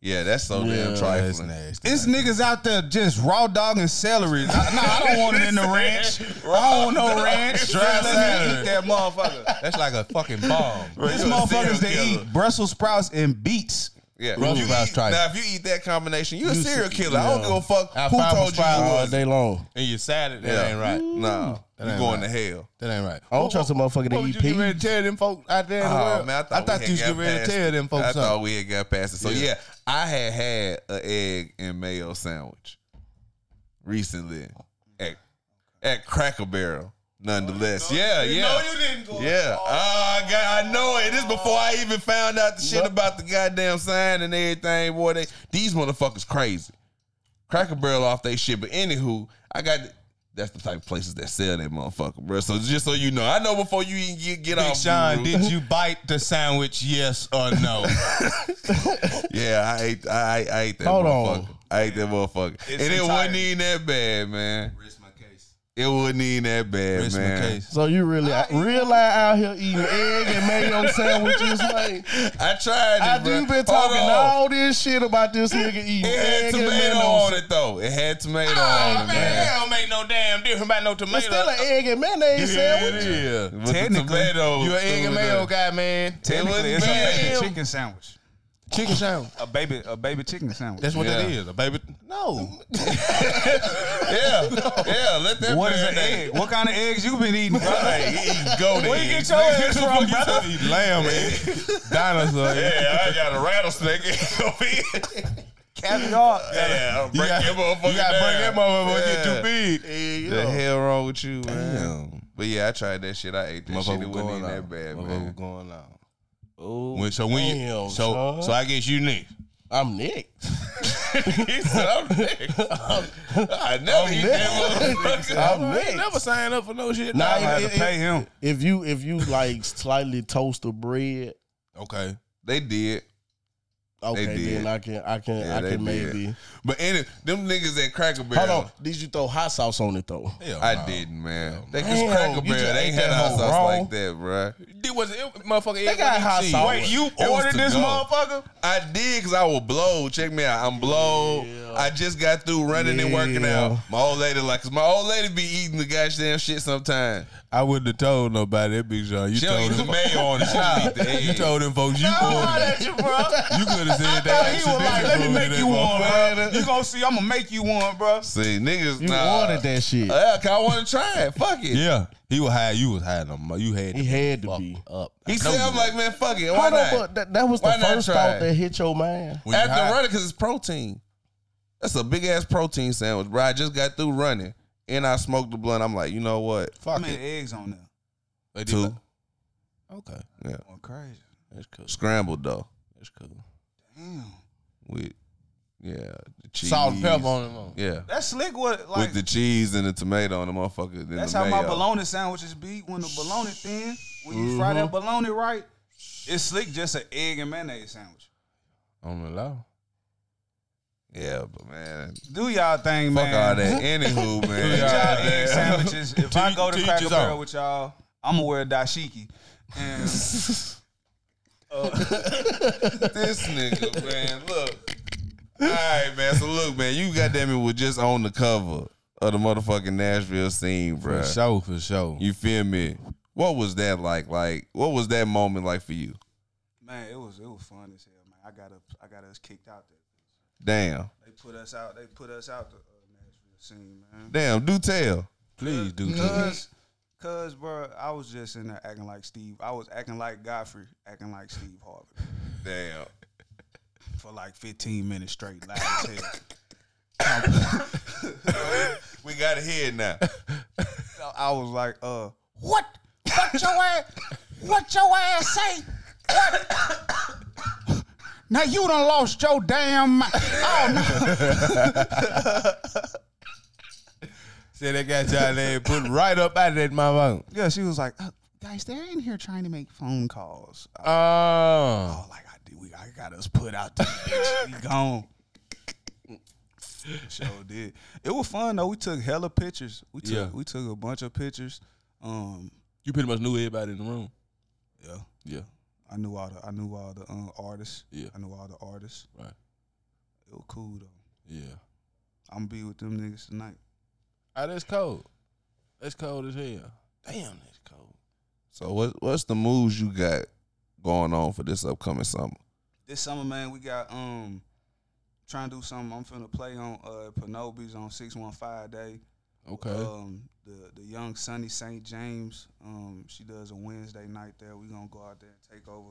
A: Yeah, that's so damn
D: Yeah,
A: trifling.
C: It's niggas out there just raw dog and celery. Nah, nah, I don't [LAUGHS] want it in
A: [LAUGHS]
C: the ranch. I don't want no ranch. Just
B: dry
C: let me
B: celery.
C: eat that motherfucker.
B: That's like a fucking bomb.
C: This
A: You a serial
C: motherfuckers that
A: killer.
C: eat Brussels sprouts and beets.
A: Yeah,
B: Brussels
A: You
B: sprouts
A: eat-
B: trifling.
A: Now, if you eat that combination, you a
D: You
A: serial
D: se-
A: killer. I don't
D: yeah.
A: give a fuck
B: I
A: who
B: found
A: told you you
B: sprouts.
D: All
A: was.
D: day long.
B: And you sad that
A: Yeah.
B: that ain't right.
A: No, you
B: ain't
A: going to hell.
B: That ain't right.
D: I don't trust a motherfucker
B: What
D: to
B: would
D: eat
B: you get ready
D: peas.
B: to tell them folks out there in the
A: Oh
B: world?
A: man, I thought, we
B: you
A: had
B: was getting
A: got
B: ready
A: past
B: to tell
A: it.
B: them
A: I
B: folks
A: thought
B: something.
A: we had got past it. So yeah,
B: Yeah.
A: I had had an egg and mayo sandwich recently at at Cracker Barrel. Nonetheless, yeah, yeah,
C: didn't go.
A: yeah. Oh, I got, I know it. This before I even found out the shit about the goddamn sign and everything. Boy, they these motherfuckers crazy. Cracker Barrel off they shit. But anywho, I got. That's the type of places that sell that motherfucker, bro. So just so you know, I know before you even get, get
B: Big
A: off.
B: Sean,
A: Guru.
B: did you bite the sandwich? Yes or
A: [LAUGHS]
B: no?
A: Yeah, I ate, I, I ate that
D: Hold
A: motherfucker.
D: on.
A: I ate that motherfucker. and it wasn't
C: entirety.
A: even that bad, man.
C: Rest my case.
A: It wasn't even that bad,
B: Rest my
A: man.
B: case.
D: So you really I real I out here eating egg
A: [LAUGHS]
D: and mayo sandwiches like
A: I tried it,
D: I
A: bruh.
D: do been
A: Hold
D: talking
A: on.
D: all this shit about this nigga eating
A: It had
D: egg and
A: tomato
D: mayo.
A: on it, though. It had tomato on
B: Oh
A: it,
B: man,
A: man.
B: that don't make no damn difference about no tomato.
D: It's still an egg and mayonnaise sandwich.
A: Yeah, with the
C: Technically,
A: tomatoes
B: You an egg and
A: through
B: mayo
A: the-
B: guy, man.
C: Technically, it's
A: bad.
C: a baby chicken sandwich.
B: Chicken sandwich.
C: A baby, a baby chicken sandwich.
B: That's what that
A: Yeah.
B: is. A baby.
D: No.
A: Yeah, [LAUGHS] yeah. Let that.
C: what is an
A: marinate.
C: egg? What kind of eggs you been [LAUGHS] eating, bro?
A: Hey, eat goat
C: Where you
A: eggs.
C: get
A: [LAUGHS]
C: your
A: What
C: eggs
A: the fuck
C: from,
A: you
C: brother?
A: talking- Lamb eggs.
B: Dinosaur.
A: Yeah, I got a rattlesnake [LAUGHS] egg over here.
C: Caviar.
A: Yeah, break
B: You got,
A: that motherfucker
B: you got to break that
A: down.
B: motherfucker
A: yeah.
B: get too big.
A: The hell wrong with you, man? But yeah, I tried that shit. I ate that shit.
B: Motherfucker
A: It wasn't
B: going
A: even
B: out.
A: that bad,
B: Motherfucker
A: man.
B: going out.
D: Oh,
B: When, so when you,
D: damn,
B: so
D: son.
B: so I guess you
D: [LAUGHS]
B: next.
D: I'm Nick.
A: he said, "I'm next." I never eat [LAUGHS] that motherfucker.
D: [LAUGHS] I'm Nick.
B: sign up for no shit.
D: Nah,
C: I had to
D: it- it-
C: pay him.
D: If you if you like slightly toast the bread,
B: Okay.
A: They did,
D: okay,
A: did.
D: then I can I can
A: Yeah,
D: I
A: they
D: can
A: did.
D: maybe.
A: but any them niggas at Cracker
D: Hold
A: Barrel,
D: on. Did you throw hot sauce on it though?
B: Hell
A: I
B: no.
A: didn't, man. They
D: Damn,
A: cause Cracker
D: you just
A: Barrel, they
D: ate
A: had
D: that
A: hot
D: whole
A: sauce
D: raw.
A: like that, bruh.
B: It was it, motherfucker. They
D: got hot sauce.
B: Wait, you
A: It was
C: Ordered
A: to
C: this
A: go.
C: motherfucker.
A: I did because I was blowed. Check me out, I'm blowed. I just got through running and working
D: Yeah.
A: out. My old lady like, cause my old lady be eating the goddamn shit sometime.
B: I wouldn't have told nobody that big John. You
A: She don't
B: told
A: eat the
B: him.
A: mayo on it. She just eat the
B: [LAUGHS]
A: egg.
B: You told them folks you ordered.
C: at you, bro. [LAUGHS]
B: You could have said
C: Nah,
B: that.
C: he was like, let me make you one, bro. You gonna see, I'm gonna make you one, bro.
A: See, niggas,
D: You
A: nah.
D: wanted that shit.
A: Yeah, 'cause I want to try it. Fuck it.
B: Yeah, he was high. You was high. No, more. you had.
D: He
B: to
D: had to
B: fuck
D: be.
B: up.
A: He
B: I know
A: said,
B: you
A: I'm like, man, fuck it. Why
D: Hold on,
A: not?
D: but that, that was the
A: Why not
D: first
A: try it?
D: thought that hit your mind.
B: When you
A: After
B: high-
A: running, because it's protein. That's a big ass protein sandwich, bro. I just got through running and I smoked the blunt. I'm like, you know what?
C: I
B: fuck
C: made
B: it.
C: eggs on there.
B: They did
A: Two.
B: like- Okay,
A: Yeah.
C: Going crazy.
B: that's cool.
A: Scrambled, though.
B: That's cool.
C: Damn.
A: With, yeah. The cheese.
B: Salt and pepper on them. on.
A: Yeah.
C: That slick was like
A: With the cheese and the tomato and the motherfucker. and
C: that's
A: the
C: how my
A: mayo.
C: bologna sandwiches be. When the bologna thin, when you fry that bologna right, it's slick just an egg and mayonnaise sandwich.
B: On the low.
A: Yeah, but man.
C: Do y'all thing,
A: Fuck
C: man.
A: all that. Anywho,
C: [LAUGHS]
A: man.
C: Y'all
A: God damn.
C: egg [LAUGHS] sandwiches. If I
B: Teach-
C: go to
B: teach
C: Cracker
B: his own.
C: Barrel with y'all, I'm gonna wear a dashiki. And [LAUGHS]
A: this nigga, man. Look. All right, man. So look, man, you goddamn it was just on the cover of the motherfucking Nashville scene,
B: For
A: bro.
B: sure, for sure.
A: You feel me? What was that like? Like, what was that moment like for you?
C: man, it was it was fun as hell, man. I got up, I got us kicked out there.
A: Damn,
C: They put us out. They put us out the uh, Nashville scene, man.
A: damn. Do tell.
B: Please do. too.
C: Cause, cause, bro, I was just in there acting like Steve. I was acting like Godfrey, acting like Steve Harvey
A: Damn.
C: for like 15 minutes straight, loud as hell.
A: We got to hear it now.
C: So I was like, uh, what? What your ass? What your ass say? What? Now you done lost your damn mind. Oh
B: Said they got y'all there put right up out of that motherfucker.
C: no. Yeah, she was like, uh, guys, they're in here trying to make phone calls. I
B: Oh.
C: was like, I did. We, I got us put out there. bitch. we gone. [LAUGHS] Sure did. It was fun though. We took hella pictures. We took
B: Yeah.
C: we took a bunch of pictures. Um,
B: You pretty much knew everybody in the room.
C: yeah.
B: Yeah.
C: I knew all the I knew all the um, artists.
B: Yeah.
C: I knew all the artists.
B: Right.
C: It was cool though.
B: Yeah.
C: I'm gonna be with them niggas tonight.
B: Oh, that's cold. That's cold as hell. Damn, that's cold.
A: So what? What's the moves you got going on for this upcoming summer?
C: This summer, man, we got um trying to do something. I'm finna play on uh Penobis on six one five day.
B: Okay.
C: Um the the young Sunny St. James. Um she does a Wednesday night there. We gonna go out there and take over.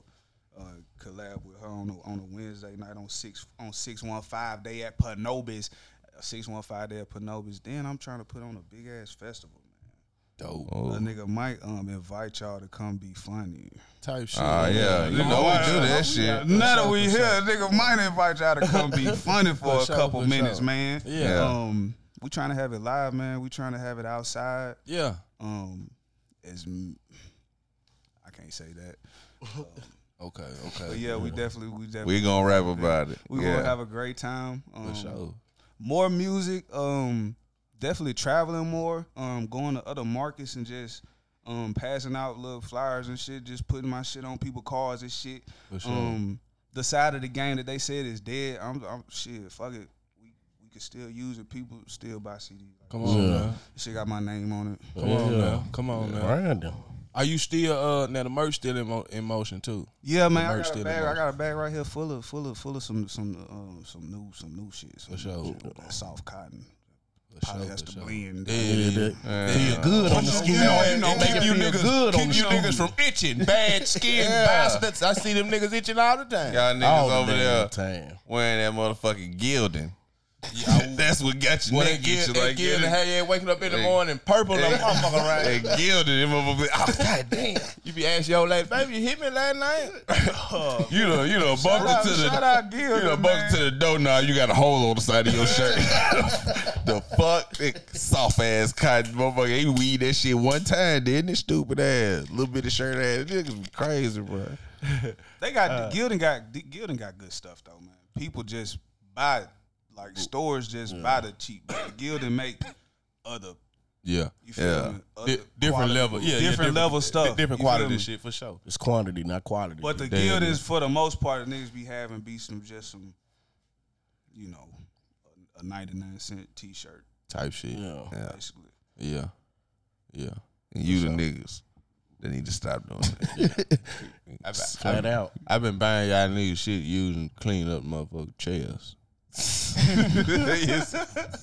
C: Uh, collab with her on a, on a Wednesday night on six on six one five day at Penobis, six one five day at Penobis. Then I'm trying to put on a big ass festival, man.
B: Dope.
A: Oh,
C: A nigga might um invite y'all to come be funny.
B: Type shit.
A: Ah, yeah. You know
C: why-
A: we do that shit.
C: Now that
B: sure,
C: we
B: for
C: here, nigga might invite y'all to come be funny for
B: For
C: a
B: sure,
C: couple
B: for
C: minutes,
B: sure.
C: man.
B: Yeah.
C: Um, we trying to have it live, man. We trying to have it outside.
B: Yeah.
C: Um, as m- I can't say that,
B: Okay. Okay.
C: but yeah, we definitely, we definitely,
A: We gonna rap about it.
C: we
A: yeah.
C: gonna have a great time. Um,
B: For sure.
C: More music. Um, definitely traveling more. Um, going to other markets and just. Um, passing out little flyers and shit, just putting my shit on people's cars and shit.
B: For sure.
C: um the side of the game that they said is dead. I'm, I'm shit. Fuck it. We we can still use it. People still buy CD. Like,
B: Come on
D: Yeah.
B: now.
C: this shit got my name on it.
B: Come on now. Come on now.
D: Random.
B: Are you still uh now the merch still in, mo- in motion too?
C: Yeah, man.
B: The merch
C: I got a
B: still
C: bag.
B: in
C: I got a bag right here full of full of full of some some um some new some new shit. Some
B: For sure.
C: new shit with that soft
B: For
C: cotton
B: sure, for
C: polyester
B: sure.
C: blend.
B: Yeah,
D: Yeah,
B: yeah,
D: that,
B: yeah.
D: feel good on the skin.
B: you know,
D: Make
B: keep
D: it
B: you
D: feel
B: niggas,
D: good on
B: keep
D: the
B: you
D: skin.
B: niggas from itching, bad
D: [LAUGHS]
B: skin
A: Yeah.
B: bastards. I see them niggas itching all the time.
A: Y'all
D: All
A: niggas over
D: the damn
A: there
D: Time.
A: wearing that motherfucking gilding. [LAUGHS]
B: Yeah,
A: That's what got you.
B: Well,
A: nigga.
B: they get
A: you
B: they
A: like
B: get in the
A: [LAUGHS] that.
B: hair, waking up in the
A: Hey.
B: morning, purple, the
A: Hey.
B: motherfucker, right?
A: They gilded him over. Oh, God damn.
B: You be asking your lady, baby, you hit me last night.
A: You know, you know, bumped
C: Shout out-
A: into the
C: shout out
A: you know,
C: Gildan,
A: bumped
C: man.
A: to the door now. You got a hole on the side of your
B: [LAUGHS]
A: shirt. [LAUGHS] the fuck, soft ass cotton motherfucker. He weed that shit one time, didn't it? Stupid ass, little bit of shirt ass. Niggas be crazy, bro.
C: They got Gildan got Gildan got good stuff though, man. People just buy like stores just buy the cheap. But
D: [COUGHS]
C: Gildan make other
B: Yeah.
C: you feel
A: Yeah.
C: me? Other
B: Di- different
C: quality-
B: level. Yeah, yeah,
C: different, level
B: [LAUGHS]
C: stuff.
B: Different
C: You feel
B: quality
C: me?
B: shit for sure.
D: It's quantity, not quality.
C: But the
B: They-
C: guild is for the most part, the niggas be having be some just some, you know, a ninety nine cent t shirt,
A: type shit.
D: Yeah.
A: yeah,
C: basically.
A: yeah, yeah. And you the niggas that need to stop doing that.
B: I've,
D: Flat out.
B: I've been buying y'all niggas shit using clean up motherfucking chairs. [LAUGHS]
A: Yes.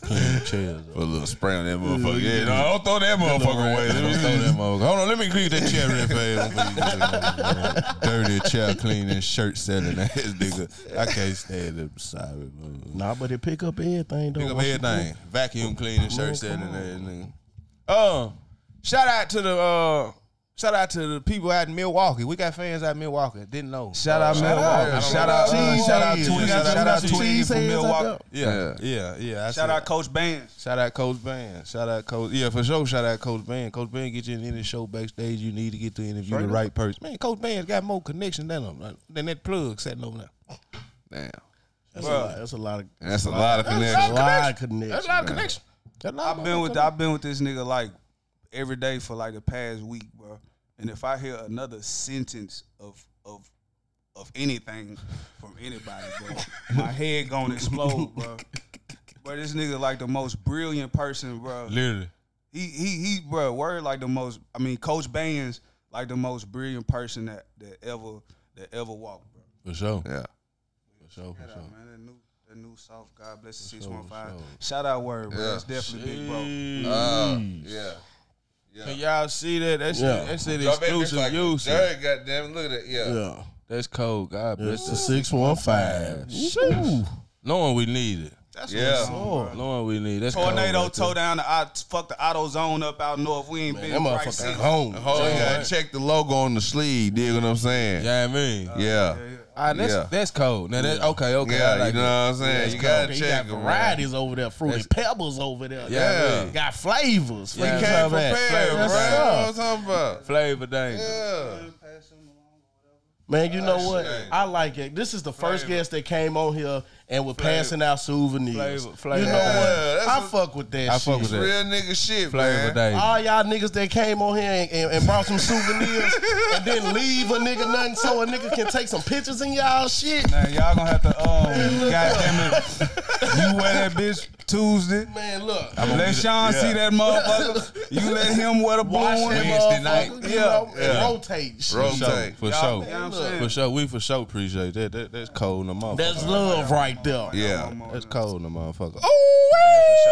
B: Clean chairs. up.
A: Put a little spray on that motherfucker. Yeah, no, don't throw that motherfucker away. Let me
B: Don't throw that motherfucker. Hold on, let me clean that chair real fast. Dirty chair cleaning, shirt selling ass nigga. I can't stand it. Sorry, man.
D: Nah, but it pick up everything though.
B: Pick up
D: Once you-
B: everything. Vacuum cleaning, shirt
D: Man,
B: selling
D: come on.
B: ass nigga. Uh, shout out to the uh, shout out to the people out in Milwaukee. We got fans out in Milwaukee. Didn't know.
C: Uh, Shout out
A: out.
C: Milwaukee. Shout out,
A: Cheese
C: uh, shout out,
A: heads.
C: Twiggy.
A: Shout out
C: Shout out,
A: to
C: Twiggy
D: cheese
C: from
D: heads out
C: Milwaukee.
B: Yeah, yeah, yeah. I
C: Shout
B: see.
C: out, Coach Bands.
B: Shout out Coach Band. Shout out Coach. Yeah, for sure. Shout out Coach Band. Coach Band get you in any show backstage you need to get to interview the right person. Man, Coach Band's got more connection than him, than that plug sitting over there.
A: Damn.
D: That's, a lot, that's a lot of
A: And that's a lot of connections.
D: a lot of connection.
B: That's a lot of connection. That's a lot
C: I've
B: of
C: been with
B: connection.
C: I've been with this nigga like every day for like the past week, bro. And if I hear another sentence of of of anything from anybody, bro, my head gonna explode, bro. But this nigga like the most brilliant person, bro.
B: Literally.
C: He he he, bro. Word like the most. I mean, Coach Baines like the most brilliant person that that ever that ever walked, bro.
B: For sure.
A: Yeah.
B: For sure. For
C: Shout
B: sure.
C: out, man. That new that new soft. God bless the six
B: sure,
C: one five.
B: for sure.
C: Shout out, word, bro.
A: Yeah.
C: That's definitely big, bro.
A: Uh, yeah.
B: Can y'all see that? That's
D: Yeah.
B: shit, that's it
A: Drop that bitch
B: exclusive
A: like a
B: use.
A: Jerry, goddamn, look at that. Yeah.
D: Yeah.
B: That's cold. God
D: It's
B: bless
D: the
B: us.
D: 615. Ooh.
B: Knowing we need it.
C: That's
A: Yeah.
C: what's on, bro.
B: Knowing we need it. That's
C: Tornado
B: cold right
C: tow down the I fuck the auto zone up out north. We ain't
D: Oh, Man, that
C: been right
D: motherfucker
C: since.
D: home.
A: Oh, yeah. Check the logo on the sleeve. Dig what I'm saying?
B: there. Yeah, I
A: Yeah.
B: mean.
A: Yeah.
C: Yeah, yeah.
B: Ah, Uh, that's,
A: Yeah.
B: that's cold. Now that okay, okay. I like
A: you
B: that.
A: know what I'm saying? You gotta
D: They
A: check
D: got
A: around.
D: varieties over there, fruity
B: That's-
D: pebbles over there.
B: Yeah.
A: Yeah.
D: Got flavors.
A: You
D: Flavors
A: came
D: of that.
A: prepared, right?
D: Yes,
A: You know
D: sir.
A: what I'm talking about?
B: Flavor danger.
A: Yeah.
D: Man, you know what?
A: shit.
D: I like it. This is the first guest that came on here and were passing out souvenirs.
B: Flavor- flavor.
D: You know
A: Yeah,
D: what?
A: that's
D: I
A: what-
D: fuck with that
B: I
D: shit.
B: fuck with that.
A: Real nigga shit,
B: Flavor
A: man.
B: danger.
D: All y'all niggas that came on here and, and, and brought some souvenirs and didn't leave a nigga nothing so a nigga can take some pictures in y'all shit.
C: Man, y'all gonna have to
D: [LAUGHS]
C: um, goddamn it, you wear that bitch Tuesday.
D: Man, look.
C: Let Sean see that motherfucker. You let him wear the blue
D: Watch
C: one.
D: that
B: Wednesday
D: motherfucker,
B: night.
D: You know,
A: Yeah. Yeah.
D: Rotate. shit.
B: For
A: Rotate.
B: sure. For sure.
C: Y'all- you know what I'm
D: Look.
C: saying?
B: For sure, we for sure appreciate that. that that's cold in the motherfucker.
D: That's love right there.
A: Yeah.
B: That's cold in the motherfucker.
C: For sure. For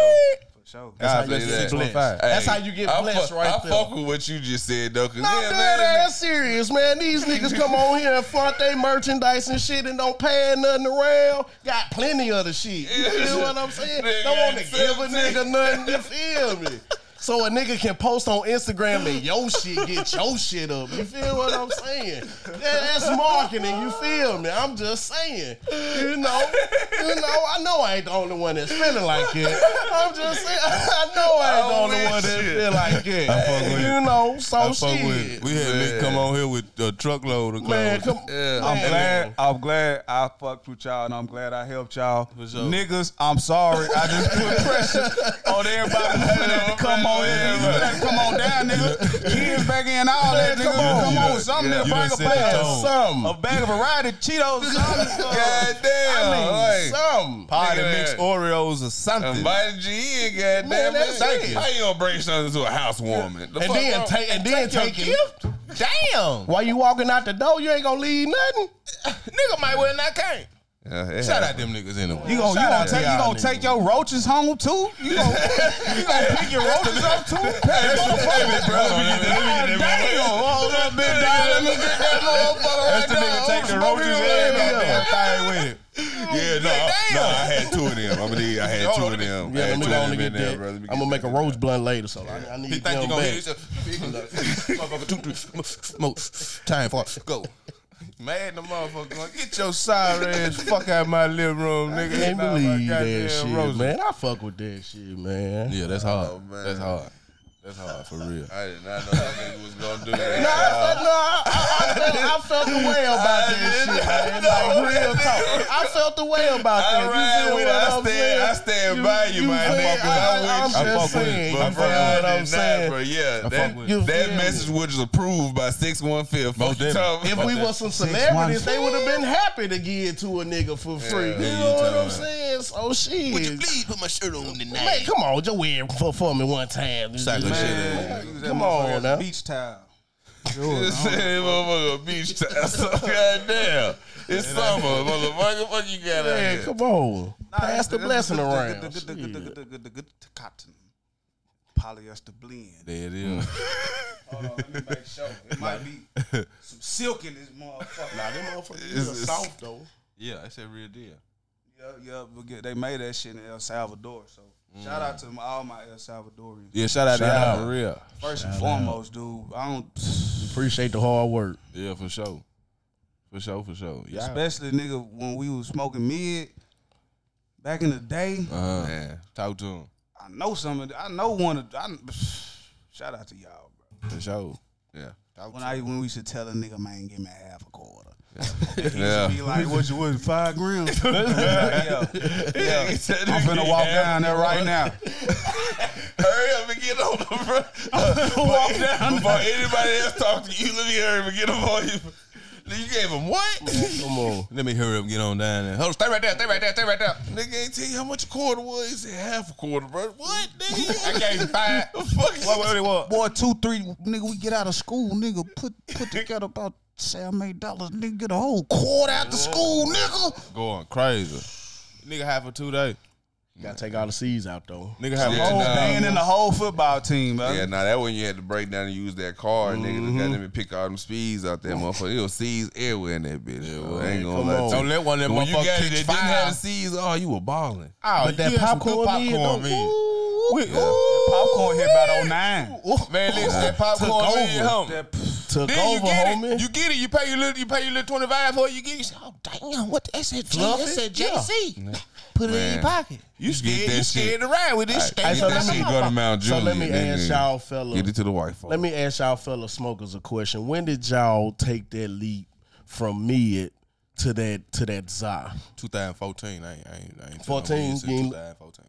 C: sure.
B: God
D: how
B: bless
D: you
B: you,
D: get
B: six
D: blessed.
B: one five.
D: That's
A: Hey,
D: how you get
A: I
D: blessed
A: fuck-
D: right
A: I
D: there.
A: fuck with what you just said though, cause
D: I'm
A: yeah,
D: dead
A: man,
D: ass serious, man. These niggas come on here and flaunt their merchandise and shit and don't pay nothing around. Got plenty of the shit. You feel what I'm saying? Don't want to give a nigga nothing. You feel me? So a nigga can post on Instagram and your shit get your shit up. You feel what I'm saying? Yeah, that's marketing. You feel me? I'm just saying. You know, you know. I know I ain't the only one that's feeling like it. I'm just saying. [LAUGHS] I know I ain't the only one that feel like it.
B: Oh, fuck with
D: You know, so
B: I
D: shit.
B: fuck with. We had Nick come on here with a truckload of clothes.
D: Man, come
A: Yeah.
D: man.
C: I'm glad. I'm glad I fucked with y'all, and I'm glad I helped y'all.
B: For sure.
C: Niggas, I'm sorry. I just put
D: [LAUGHS]
C: pressure on everybody who finna to come on in. You better come on down, nigga. Kids back in, all that, nigga.
D: come on.
C: Come on,
B: You
C: with something.
A: done-
C: to
B: you done
C: bring a
B: set the
C: bag,
B: tone.
C: something. A bag of variety Cheetos, something.
A: God damn,
C: I mean,
A: like,
D: Something.
B: Party
A: Nigga,
B: mix
A: that-
B: Oreos or something.
A: Invited you in, goddamn
D: Man,
A: it.
D: that's
A: Thank
D: it.
A: you. How you gonna bring something to a housewarming? The
D: And
A: fuck
D: then
A: wrong-
D: take and then take, it.
B: Damn,
D: While you walking out the door, you ain't gonna leave nothing.
B: nigga might well not came.
A: Yeah, yeah.
B: Shout out them niggas anyway.
C: You gonna, you
D: Shout
C: gonna
D: out
C: take
D: to
C: you
D: y'all
C: gonna take your roaches home too? You gonna, you gonna pick your roaches up too?
B: Damn, hold up, big
A: Let me
B: dog.
A: get that motherfucker
B: That's
A: right
B: the
A: there.
B: nigga take the
A: Smoke
B: roaches
A: it
B: and
A: up.
B: goddamn thing with it.
A: Yeah, no, I- no, I had two of them. I'm gonna need. I had two of them. I
D: Yeah,
A: had
D: let me
A: two
D: go
A: of
D: on
A: them
D: and
A: in
D: get
A: there,
D: that.
A: bro. Let me
D: I'm gonna
A: get
D: make a
A: that.
D: roach blunt later, so I, I need
B: He
D: to
B: think
D: get
B: you
D: him
B: gonna
D: back.
B: hit yourself. Motherfucker, two, three, smoke, time for it, go. Mad the motherfucker, like, get your sorry ass fuck out my living room, nigga.
D: Can't
B: Nah, my
D: believe
B: goddamn
D: that shit,
B: roses.
D: man. I fuck with that shit, man.
B: Yeah, that's hard.
A: Oh, man.
B: that's hard. That's hard for real.
A: I did not know that nigga was gonna do that.
D: No, I, felt- no, I, I, I felt, I felt the way about that shit, man. Like real talk, I felt the way about
A: I
D: that.
A: ride
D: you feel
A: with-
D: what
A: I
D: I'm
A: stand-
D: saying?
A: I stand by you, my
D: feel-
A: nigga.
D: I,
A: I'm
D: I, I'm
A: with you. I
D: just
B: fuck with you,
D: saying,
B: bro. I fuck
A: But
D: you feel
B: with
A: bro,
D: what
A: I
D: I'm
A: did not,
D: saying?
A: bro. Yeah,
B: fuck
A: that,
B: with
D: you.
A: that
D: feel me?
A: message was approved by six one fifth. Fuck you
B: definitely.
A: talking
D: If
A: about
D: we
A: that.
D: were some celebrities, they would have been happy to give it to a nigga for free. you know what I'm saying? So know, shit.
B: Would you
A: [LAUGHS]
B: please put my shirt on tonight?
D: Man, come on, just wear it for, for me one time.
B: Shotgun shit.
D: Man,
C: Man, use that
D: Come
C: motherfucker
D: on
C: as a
D: now.
C: Beach towel.
A: This motherfucker beach towel. So
B: [LAUGHS]
A: goddamn. It's summer, motherfucker. What you got out
D: man,
A: here?
D: come on. [LAUGHS] Pass the blessing around. Shit.
C: Cotton. Polyester blend.
B: There it is.
C: Hold on, let me make sure. It might be some silk in this motherfucker.
D: Nah, them motherfuckers are soft though.
B: yeah, that's a real deal.
C: Yup, yup. but get- They made that shit in El Salvador. So shout out to all my El Salvadorians.
B: Yeah, shout out
A: Shout
B: to
A: out.
B: y'all for real.
C: First and foremost, dude. I don't.
D: Appreciate the hard work.
B: Yeah, for sure. For sure, for sure. Yeah.
C: Especially nigga when we was smoking mid. Back in the day,
B: Uh, man, talk to him.
C: I know some of. The, I know one of. I, shout out to y'all, bro.
B: For sure. Yeah.
C: When I when we should tell a nigga, man, give me a half a quarter.
B: Yeah.
C: Be like, what you was five grams? I'm like, yeah,
A: [LAUGHS]
C: yeah. I'm finna walk down there right now.
A: Hurry up and get on the bro. walk down [LAUGHS] before anybody else talk to you. Let me hurry up and get him on you. You gave him what?
B: Come on. Let me hurry up and get on down there. Hold on, stay right there, stay right there, stay right there.
A: Nigga ain't tell you how much a quarter was. He said half a quarter, bro. What,
B: [LAUGHS]
A: nigga?
B: I gave you five.
A: The fuck is-
B: What, what, what?
E: Boy, two, three, nigga, we get out of school, nigga, put put together about seven, eight dollars, nigga, get a whole quarter out the school, nigga.
B: Going crazy. Nigga high for two days.
D: Gotta take all the seeds out though.
B: Nigga high
A: Yeah,
B: for
C: Whole
A: nah.
C: band and the whole football team, bro.
A: Yeah, now that when you had to break down and use that car, nigga,
B: Mm-hmm.
A: the goddamn pick all them speeds out there, motherfucker. It was seeds everywhere in that bitch. bro. I ain't gonna
D: come
A: lie.
D: on.
A: to you.
B: Don't let one of them
A: When you
B: motherfuckers
A: got it,
B: catch
A: they didn't
B: fire.
A: have seeds. Oh, you were balling.
B: Oh,
D: But that
B: you had some good
D: popcorn in,
B: popcorn
D: though.
B: man. We-
A: Yeah.
B: ooh,
C: Popcorn hit about 09.
B: Man, listen, that popcorn man,
D: over.
B: homie.
C: That-
D: Took
B: Then you
D: over,
B: get
D: homie.
B: it. You get it. You pay your little. You pay your little twenty five for it. You get it. You say, oh,
E: Damn, what that said?
B: Fluff
E: That
B: it?
E: said
B: Yeah.
E: JC. Put it in
A: Man.
E: your pocket.
B: You
A: get
B: scared?
A: that
B: You
A: shit.
B: scared to ride with this?
A: Hey,
B: Right.
A: so
D: so
A: that
D: let me-
A: shit go to Mount
D: So
A: Juliet.
D: let me
A: nigga.
D: ask y'all, fellas.
A: Get it to the white folks.
D: Let me ask y'all fellow smokers a question. When did y'all take that leap from mid to that to that za?
B: 2014. I ain't. I ain't. I ain't
D: 14,
B: Since
D: you ain't-
B: 2014.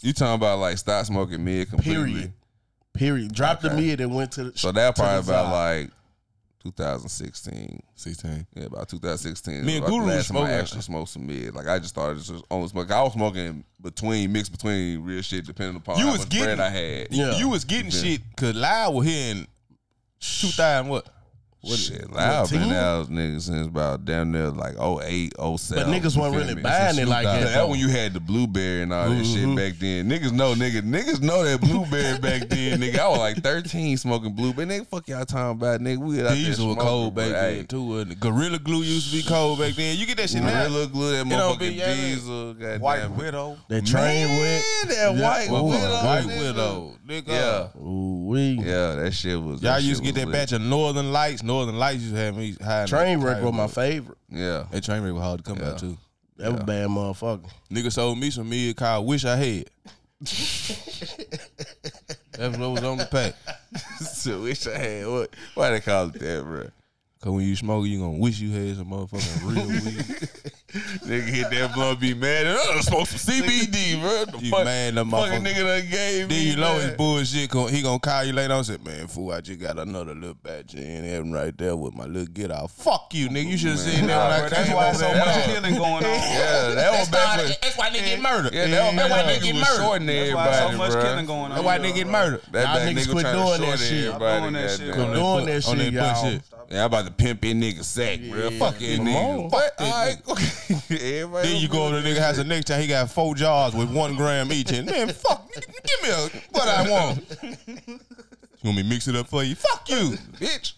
A: You talking about like stop smoking mid completely.
D: Period. Period. Dropped the mid and went to the
A: So that
D: to
A: probably
D: the
A: about
D: za.
A: like 2016.
B: 16.
A: Yeah, about 2016.
B: Me and
A: about the
B: Guru was
A: last time I
B: smoking.
A: actually smoked some mid. Like I just started just only smoking. I was smoking between mixed between real shit, depending upon
B: You
A: how
B: was
A: much
B: getting-
A: bread I had.
D: Yeah.
B: You was getting shit because Lyle was here in 2000. What?
A: shit, loud been
D: 14?
A: out niggas since about damn near like 08, 07.
D: But niggas
A: you
D: wasn't
A: feel
D: really
A: me?
D: buying it like that.
A: That, that when you had the blueberry and all that
B: Mm-hmm.
A: shit back then. Niggas know nigga, niggas know
B: [LAUGHS]
A: that blueberry back then, nigga. I was like 13 smoking blueberry. Nigga, fuck y'all talking about nigga. We out there
B: These were
A: smoking,
B: cold
A: bro.
B: back
A: Hey,
B: then too. Wasn't it? Gorilla glue used to be cold back then. You get that shit now.
A: Gorilla glue, that
B: don't
A: motherfucking
B: be yellow.
A: diesel, goddamn.
C: White Widow.
D: that train went.
A: that white
B: Ooh,
A: widow.
B: White
A: nigga.
B: Widow. Nigga.
A: Yeah.
D: Ooh, we
A: Yeah, that shit was.
B: Y'all
A: that
B: used to
A: shit
B: get that
A: was
B: batch
A: lit.
B: of Northern Lights. Northern Lights used to have me high. in
D: train
B: the-
D: wreck was my
B: high-
D: favorite.
A: Yeah. [LAUGHS]
B: That train wreck was hard to come out too.
D: That was a bad motherfucker.
B: Nigga sold me some mid car. Wish I had. That's what was on the pack.
A: so wish I had. What? Why they call it that, bro?
B: Cause when you smoke, you gonna wish you had some motherfucking real weed.
A: Nigga hit that blunt, be mad. and I done smoked some
B: [LAUGHS]
A: CBD, bro. The
B: You
A: fuck,
B: mad that
A: fucking
B: motherfucker.
A: nigga that
B: then
A: gave me.
B: you know
A: man.
B: it's bullshit. gon- He gonna call you later on. and Say, man, fool, I just got another little batch in heaven right there with my little get out. Fuck you, nigga. You should have seen
C: Nah,
B: that
C: bro,
B: when I
C: that's
B: came
C: why
B: over
C: so
B: there.
C: much killing [LAUGHS] going on.
A: Yeah, that was back when.
B: That's why they get murdered.
A: Yeah, that was back
B: why
A: when
B: they get
A: niggas was
B: murdered.
A: shorting
C: That's why
A: everybody,
C: so much
A: bruh.
C: killing going on.
B: That's why they get murdered.
A: That
D: Y'all
A: back
D: niggas
A: nigga
D: quit
A: trying
D: doing
A: to short
D: that shit.
A: everybody.
C: Doing that shit,
A: goddamn.
C: bro.
D: Doing that
B: on
D: shit,
B: that butt
D: y'all.
B: shit.
A: Yeah, I'm about to pimp your nigga sack, bro. Fuck your
D: come
A: nigga.
D: on.
A: Fuck that [LAUGHS] nigga.
B: Then you go over to the nigga house the next time he got four jars with one gram each and man, fuck nigga, give me a, what I want. You want me to mix it up for you? Fuck you.
A: bitch.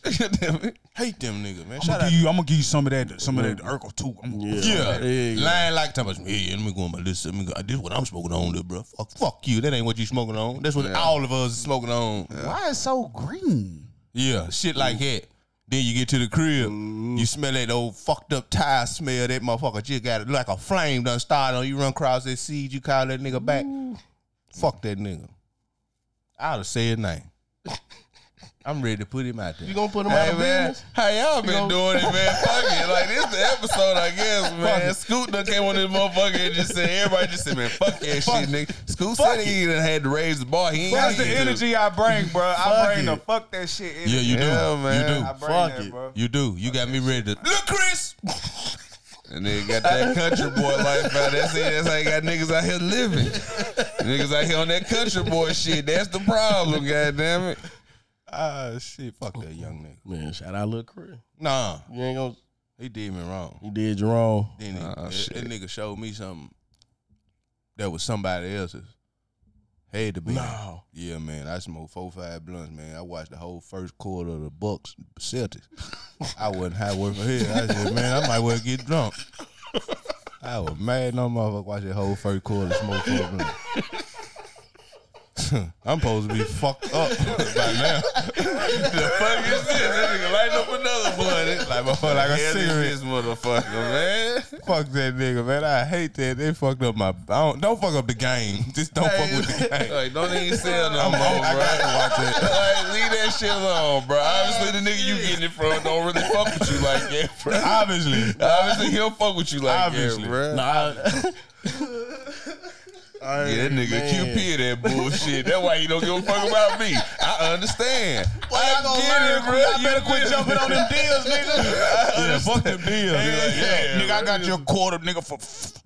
B: Hate them niggas, man.
C: I'm
B: Shout
C: gonna,
B: out.
C: give you, I'm gonna give you some of that, some of that Urkel too. I'm gonna-
B: Yeah.
D: Yeah.
B: Lying like talking about, yeah, yeah, let me go on my list. Let me go. This is what I'm smoking on, there, bro. Fuck, fuck you. That ain't what you smoking on. That's what all of us is smoking on.
E: Why it's so green?
B: Yeah, shit like that. Then you get to the crib, you smell that old fucked up tire smell. That motherfucker just got it like a flame done started on. You run across that seed, you call that nigga back. Fuck that nigga. I'd have said nothing. I'm ready to put him out there.
D: You gonna put him
A: Hey man, how y'all been doing it, man? Fuck it, like this the episode, I guess, man. Scoot done came on this motherfucker and just said everybody just said, man, fuck that shit, nigga. Scoot said he done had to raise the bar. He ain't
C: That's the
A: need to.
C: energy I bring, bro. I
D: Fuck
C: bring the
D: it.
C: fuck that shit. Energy.
B: yeah, you do.
A: Yeah,
B: You
A: man.
B: do.
C: I bring
D: Fuck
C: that,
D: it.
C: bro.
B: You do. You got me ready to look, Chris.
A: And they got that country boy life out. That's it. That's how you got niggas out here living. niggas out here on that country boy shit. That's the problem, [LAUGHS] goddammit.
B: Ah, shit. Fuck that young nigga.
F: Man, shout out Lil Chris.
B: Nah,
F: You ain't gonna.
B: he did me wrong.
F: He did you wrong.
B: Then he,
A: Ah,
B: that,
A: shit.
B: that nigga showed me something that was somebody else's. Had to be.
F: No.
B: Yeah, man. I smoked four, five blunts, man. I watched the whole first quarter of the Bucks Celtics. I wasn't high worth for hell. I said, man, I might well get drunk. I was mad no motherfucker watching the whole first quarter smoke four blunts. [LAUGHS] I'm supposed to be fucked up [LAUGHS] by now.
A: The fuck is this? That nigga lighting up another one.
B: Like, motherfucker, like a
A: Yeah,
B: cigarette.
A: this, this motherfucker, man.
B: Fuck that nigga, man. I hate that. They fucked up my. I don't, don't fuck up the game. [LAUGHS] Just don't fuck with the game.
A: [LAUGHS] Like, don't even sell no
B: I'm-
A: more, bro.
B: I'm- I gotta watch it.
A: Like, leave that shit alone, bro. Obviously, the nigga you getting it from don't really fuck with you like that, bro.
B: Obviously.
A: Obviously, he'll fuck with you like
B: Obviously.
A: that,
D: [LAUGHS]
A: bro.
F: Nah,
A: Yeah, that nigga QP of that bullshit. That's why you don't give a fuck about me. I understand. I
B: gonna
A: get
B: learn
A: it,
B: from
A: bro.
B: you. I better
A: quit
B: jumping on them
A: deals, [LAUGHS] nigga.
B: Yeah, fuck them deals. nigga.
A: yeah,
B: nigga, I got your quarter, nigga, for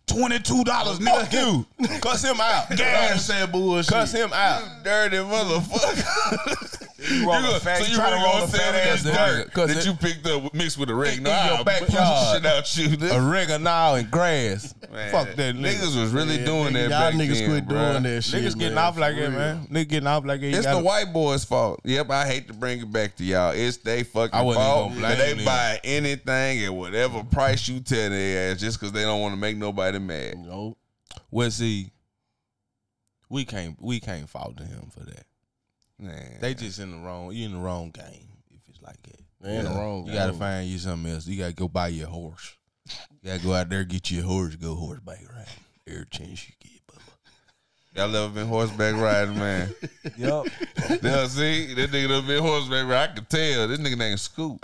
B: twenty two dollars. Fuck you. Cuss him
A: [LAUGHS]
B: out. Gas.
D: saying bullshit.
B: Cuss him out.
A: Dirty motherfucker.
C: You roll a fat,
A: so you
C: try to
A: really
C: roll
A: gonna
C: a
A: sell
C: fat
A: that
C: ass
A: dirt
B: Cause
A: that
B: it-
A: you picked up mixed with a ring?
B: in your
A: Nah,
B: backyard.
A: shit out you. nigga.
B: Oregano and grass.
A: Man,
B: Fuck that nigga.
A: Niggas was really doing
F: y'all
A: that. back
F: niggas
A: then,
F: quit
A: bruh.
F: doing that shit.
B: Niggas getting
F: man,
B: off like
F: for
B: that,
F: real.
B: man. Niggas getting off like that. You
A: It's
B: gotta-
A: the white boys' fault. Yep, I hate to bring it back to y'all. It's they fucking
B: I wasn't even
A: fault.
B: gonna blame
A: that They
B: them.
A: buy anything at whatever price you tell their ass just because they don't want to make nobody mad.
F: Nope.
B: Well, see, we can't we can't fault him for that.
A: Man.
B: They just in the wrong. You in the wrong game if it's like that.
F: They in the wrong
B: You gotta
F: game.
B: find you something else. You gotta go buy your horse. You gotta go out there get your horse. Go horseback riding. Every chance you get, Bubba.
A: Y'all ever been horseback
B: [LAUGHS]
A: riding, man?
C: Yup.
A: now, see, that nigga done been horseback riding. I could tell. This nigga
B: [LAUGHS]
A: named Scoop.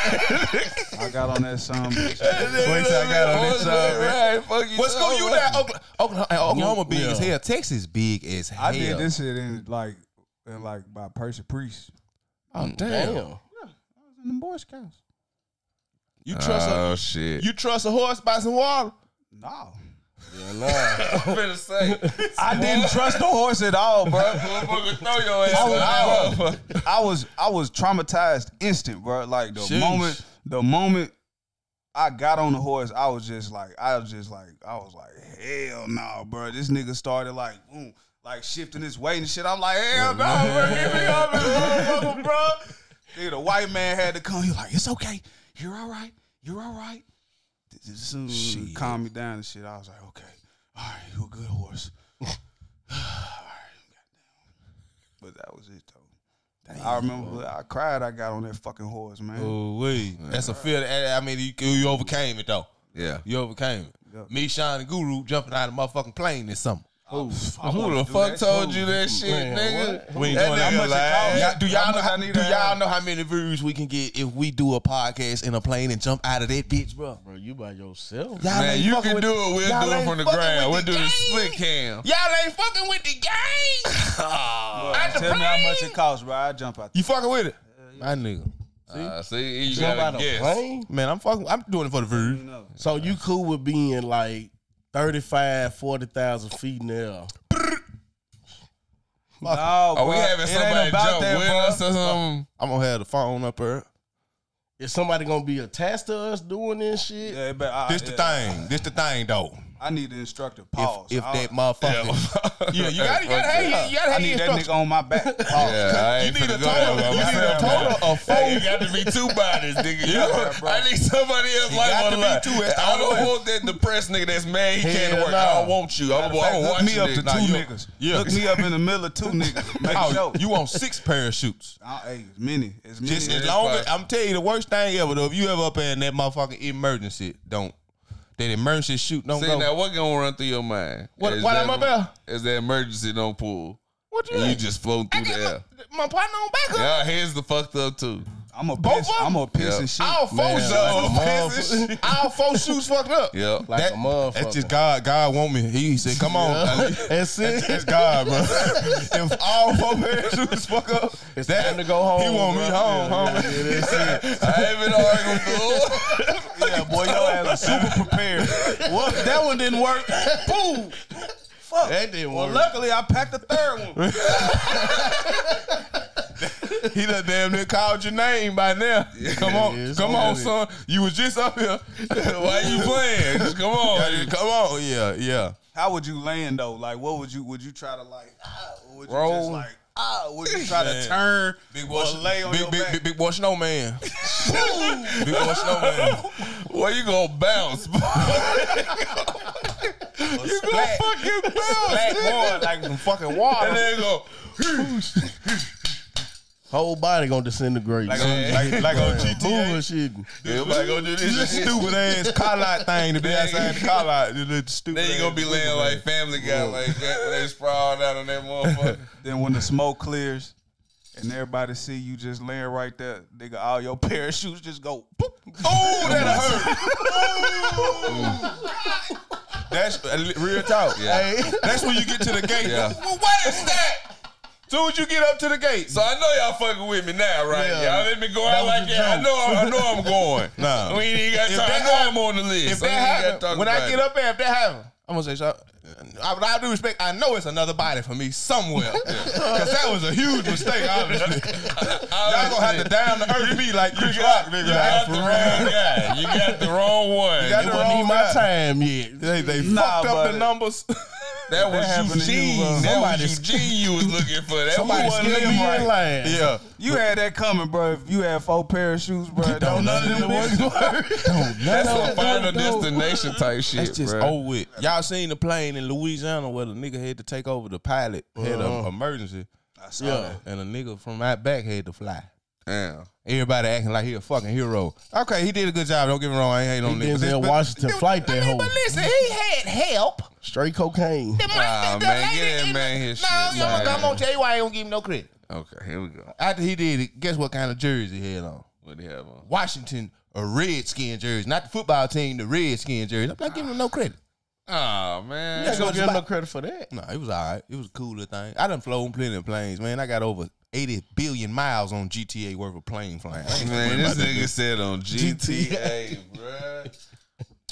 C: I got on that [LAUGHS] song. bitch.
B: Wait till I got on this
A: Horseback
B: song.
A: riding. Fuck you.
B: What school you at? Oklahoma, Oklahoma, Okloma big
F: Yeah.
B: as hell. Texas big as hell.
C: I did this shit in like, in like by Percy Priest.
B: Oh damn!
F: Damn.
C: In the Boy Scouts.
B: You trust
A: Oh,
B: a
A: shit.
B: you trust a horse by some water?
C: No.
F: Yeah, nah.
A: I'm finna say.
B: [LAUGHS]
C: I didn't trust the horse at all, bro.
A: Motherfucker, throw your ass
C: [LAUGHS] I was-
A: out.
C: [LAUGHS] I was I was traumatized instant, bro. Like the
B: Sheesh.
C: moment the moment I got on the horse, I was just like I was just like I was like hell no, bro. This nigga started like mm, like shifting his weight and shit. I'm like hell no, bro. Give me up, this motherfucker, bro. Nigga, the white man had to come. He like it's okay. You're all right. You're all right. As soon as he calmed me down and shit, I was like okay, all right, you a good horse. [SIGHS] But that was it though. I remember I cried. I got on that fucking horse, man.
B: Ooh wee, that's a fear. That, I mean, you, you overcame it though.
A: Yeah.
B: You overcame it. Me, Sean, and Guru jumping out of motherfucking plane this summer.
A: Who the fuck told you that shit, nigga?
B: We ain't
A: That
B: doing that.
A: nigga
B: How much
A: lied.
B: it cost? Y'all- do
C: How
B: y'all know
C: much
B: how,
C: I need
B: do
C: to
B: y'all
C: have?
B: know how many views we can get if we do a podcast in a plane and jump out of that bitch, bro?
F: Bro, you by yourself.
B: Y'all
A: Man,
B: ain't
A: you
B: fucking
A: can
B: with-
A: do it. We'll
B: y'all
A: do it
B: ain't
A: from the
B: fucking with
A: ground. We'll do the
B: game.
A: split cam. Ah,
B: Y'all ain't fucking with the game.
A: [LAUGHS]
B: At the
C: Tell me how
B: plane.
C: much it costs, bro. I jump out.
B: You fucking with it? My nigga.
A: Uh, see, you
F: Jump out
A: gotta
F: of
A: guess.
F: plane?
B: Man, I'm fucking. I'm doing it for the
C: You
B: views.
C: know.
F: So you cool with being like 35, 40,000 feet in the air.
C: No,
A: Are we
C: bro.
A: having
C: It ain't
A: somebody
C: about
A: jump
C: that,
A: with
C: bro.
A: us or something?
B: I'm gonna have the phone up here.
F: Is somebody gonna be attached to us doing this shit?
C: Yeah, but I,
B: This the
C: yeah,
B: thing. This the thing though.
C: I need the instructor.
B: If,
C: Pause. Oh.
B: if
C: I-
B: that
A: [LAUGHS]
B: motherfucker. [LAUGHS] Yeah, you gotta, you gotta have, you gotta
C: I
B: have
C: need that
B: instructions.
C: nigga on
B: [LAUGHS]
C: my back. Pause.
A: Yeah, I
B: You
A: ain't
B: need a
A: finna go
B: total.
A: there by
B: You need a
A: myself, man.
B: total of
A: [LAUGHS] Hey, it
B: four.
A: got to be two
B: [LAUGHS]
A: bodies, nigga. You
B: bro.
A: I need somebody else
B: It
A: like
B: got
A: on
B: to
A: the
B: be
A: line.
B: two, that's the
A: I don't
B: only way.
A: want that depressed nigga that's mad he can't
F: Hell
A: work.
F: nah.
A: I don't want you. I'm,
C: Matter of
A: I'm
C: fact, hook
A: watching
C: me up
A: this.
C: to two
A: Nah, you-
C: niggas. Hook me up in the middle of two niggas. Make
B: Oh,
C: sure.
B: you want six parachutes?
C: I, hey, as many as many.
B: Just
A: Yeah,
B: as
A: it's
B: long
A: fine.
B: as I'm telling you the worst thing ever though. If you ever up there in that motherfucking emergency, don't that emergency shoot don't
A: See,
B: go.
A: now what gonna run through your mind?
B: What-
A: Is
B: what
A: that-
B: am I about?
A: Is that emergency don't pull?
B: what
A: And you just float through the air.
B: my, my partner on back
A: Yeah, here's the fucked up too.
C: I'm a
B: Both
C: piss.
B: of 'em?
C: I'm a piss
A: Yeah.
C: and shit.
D: Oh,
B: All four
A: Man, [LAUGHS] like a
B: shoes, all four shoes fucked up.
A: Yeah.
F: Like
B: That-
F: a motherfucker.
B: That's just God. God want me. He said, "Come on, Ali."
F: [LAUGHS] That's it.
B: [LAUGHS] That's God, bro. [LAUGHS] if all four pairs of shoes fuck [LAUGHS] up,
F: It's
B: that-
F: time to go home,
B: He want me
F: bro.
B: home,
F: Yeah,
B: homie.
F: yeah, that's
A: [LAUGHS]
F: it.
A: I ain't been arguing with the Lord.
C: yeah, boy, your ass was super prepared.
F: Well, that one didn't work.
C: Boom. Fuck.
F: That didn't
C: well,
F: work.
C: luckily I packed the third one.
B: [LAUGHS] He done damn near called your name by now. come on,
F: it's
B: come
F: on
B: on,
F: it.
B: son. You was just up [LAUGHS] here.
A: Why you playing? Just come on.
B: come on, yeah, yeah.
C: [LAUGHS] How would you land though? Like, what would you would you try to like? Ah, or would you
B: Roll.
C: just like? Ah, would you try
B: Man.
C: to turn?
B: Big
C: or lay on
B: big,
C: your
B: big,
C: back?
B: big, big boy snowman. [LAUGHS] big boy snowman.
A: Where you gonna bounce? boy?
B: You gonna fucking bounce?
C: Black boy, like some fucking
B: And
C: water.
B: then go.
F: Whole body gonna disintegrate.
C: Like,
F: Son,
C: on, like,
B: [LAUGHS]
C: like on
F: you
C: GTA.
F: bullshit.
A: Everybody gonna do
B: This
A: this.
B: stupid ass collar thing to be outside the collar. You little stupid.
A: Then you gonna be
B: ass
A: laying
B: wiggle
A: like
B: man.
A: Family Guy, like that when they sprawled out on
B: [LAUGHS]
A: that motherfucker.
C: Then when the smoke clears and everybody see you just laying right there, nigga, all your [LAUGHS] parachutes just go. Boop.
B: Oh, that hurt. Ooh. That's uh, real talk.
A: Yeah.
B: Hey, that's when you get to the gate.
A: Yeah.
B: Well, what is that? Soon as you get up to the gate.
A: So I know y'all fucking with me now, right?
F: Yeah.
A: Y'all let me go
F: That
A: out
F: was
A: like
F: the
A: that.
F: joke.
A: I know, I know I'm going.
B: [LAUGHS] Nah.
A: We ain't even got
B: If
A: time. I
B: that
A: know I'm on the list.
B: if
A: so we
B: that
A: ain't gotta
B: happens,
A: talk
B: when I
A: about
B: get
A: it.
B: up there, if that happens, I'm gonna say something. I, with all due respect, I know it's another body for me [LAUGHS] somewhere. Because that was a huge mistake, [LAUGHS] obviously. Y'all gonna have to down the earth me like Chris Rock, nigga.
A: you got the wrong guy. You got
B: [LAUGHS]
A: the wrong one.
B: got
F: It
B: the
F: wasn't
B: wrong
F: even my
B: guy.
F: time yet.
B: They, they
C: Nah,
B: fucked up
C: but-
B: the numbers. [LAUGHS]
A: that was
C: happened to you,
A: Eugene.
C: bro.
A: that
F: Somebody-
A: was Eugene you was looking for. That
F: Somebody
A: wasn't
F: still
A: him.
F: be
C: right.
F: in line.
B: yeah.
C: You had that coming, bro. If you had four parachutes, bro, don't, none of them bitches.
A: That's some final destination type shit,
B: That's just
A: bro.
B: old with. Y'all seen the plane in Louisiana where the nigga had to take over the pilot had an emergency,
C: I saw
F: Yeah.
C: that.
B: and a nigga from out back had to fly.
A: Damn.
B: Everybody acting like he a fucking hero. Okay, he did a good job. Don't get me wrong. I ain't hating on niggas.
F: Denzel
B: [LAUGHS] But-
F: Washington flight that whole
B: listen, he had help.
F: straight cocaine.
A: Wow, man, get that man his shit. man.
B: tell you why I don't give him no credit.
A: Okay, here we go.
B: After he did it, guess what kind of jersey he had on?
A: What do you have on?
B: Washington, a redskin jersey, not the football team, the redskin jersey. I'm not giving him no credit.
A: Oh man.
F: I ain't gonna
B: That's
F: give him
B: what
F: no
B: it's
F: credit for that.
B: No, it was all right. It was a cool little thing. I done flown plenty of planes, man. I got over 80 billion miles on GTA worth of plane flying. I ain't
A: Man,
B: worried
A: this
B: about that.
A: nigga
B: [LAUGHS]
A: said on GTA, bruh.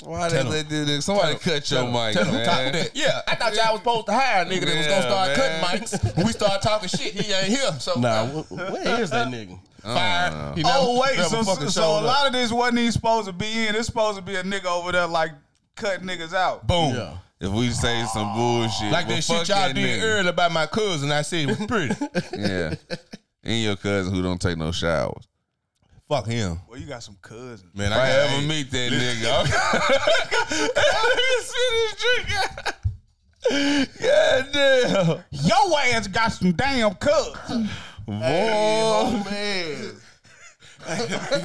A: Why they
B: him.
A: let this nigga? Somebody cut your mic,
B: Tell him
A: man.
B: top that. Yeah, I thought y'all was supposed to hire a nigga that was
A: Yeah,
B: gonna start
A: man.
B: cutting mics. When we started talking shit, he ain't here. So
F: Nah, wh- where is that nigga?
B: fire. He never-
C: Oh wait,
B: never
C: so,
B: fucking
C: so
B: showed
C: a
B: up.
C: lot of this wasn't even supposed to be in. It's supposed to be a nigga over there like cutting niggas out.
B: boom.
F: Yeah.
A: If we say some bullshit,
B: Like
A: well,
B: that
A: fuck
B: shit y'all
A: that
B: did earlier about my cousin. I said it was pretty. [LAUGHS]
A: nigga. Yeah, and your cousin who don't take no showers.
B: Fuck him.
C: Well, you got some cousins.
B: Man,
A: If I
B: got
A: ever
B: eight.
A: meet that nigga, [LAUGHS] I'm God damn.
C: Your ass got some damn cousins.
A: Boy.
F: Oh, man.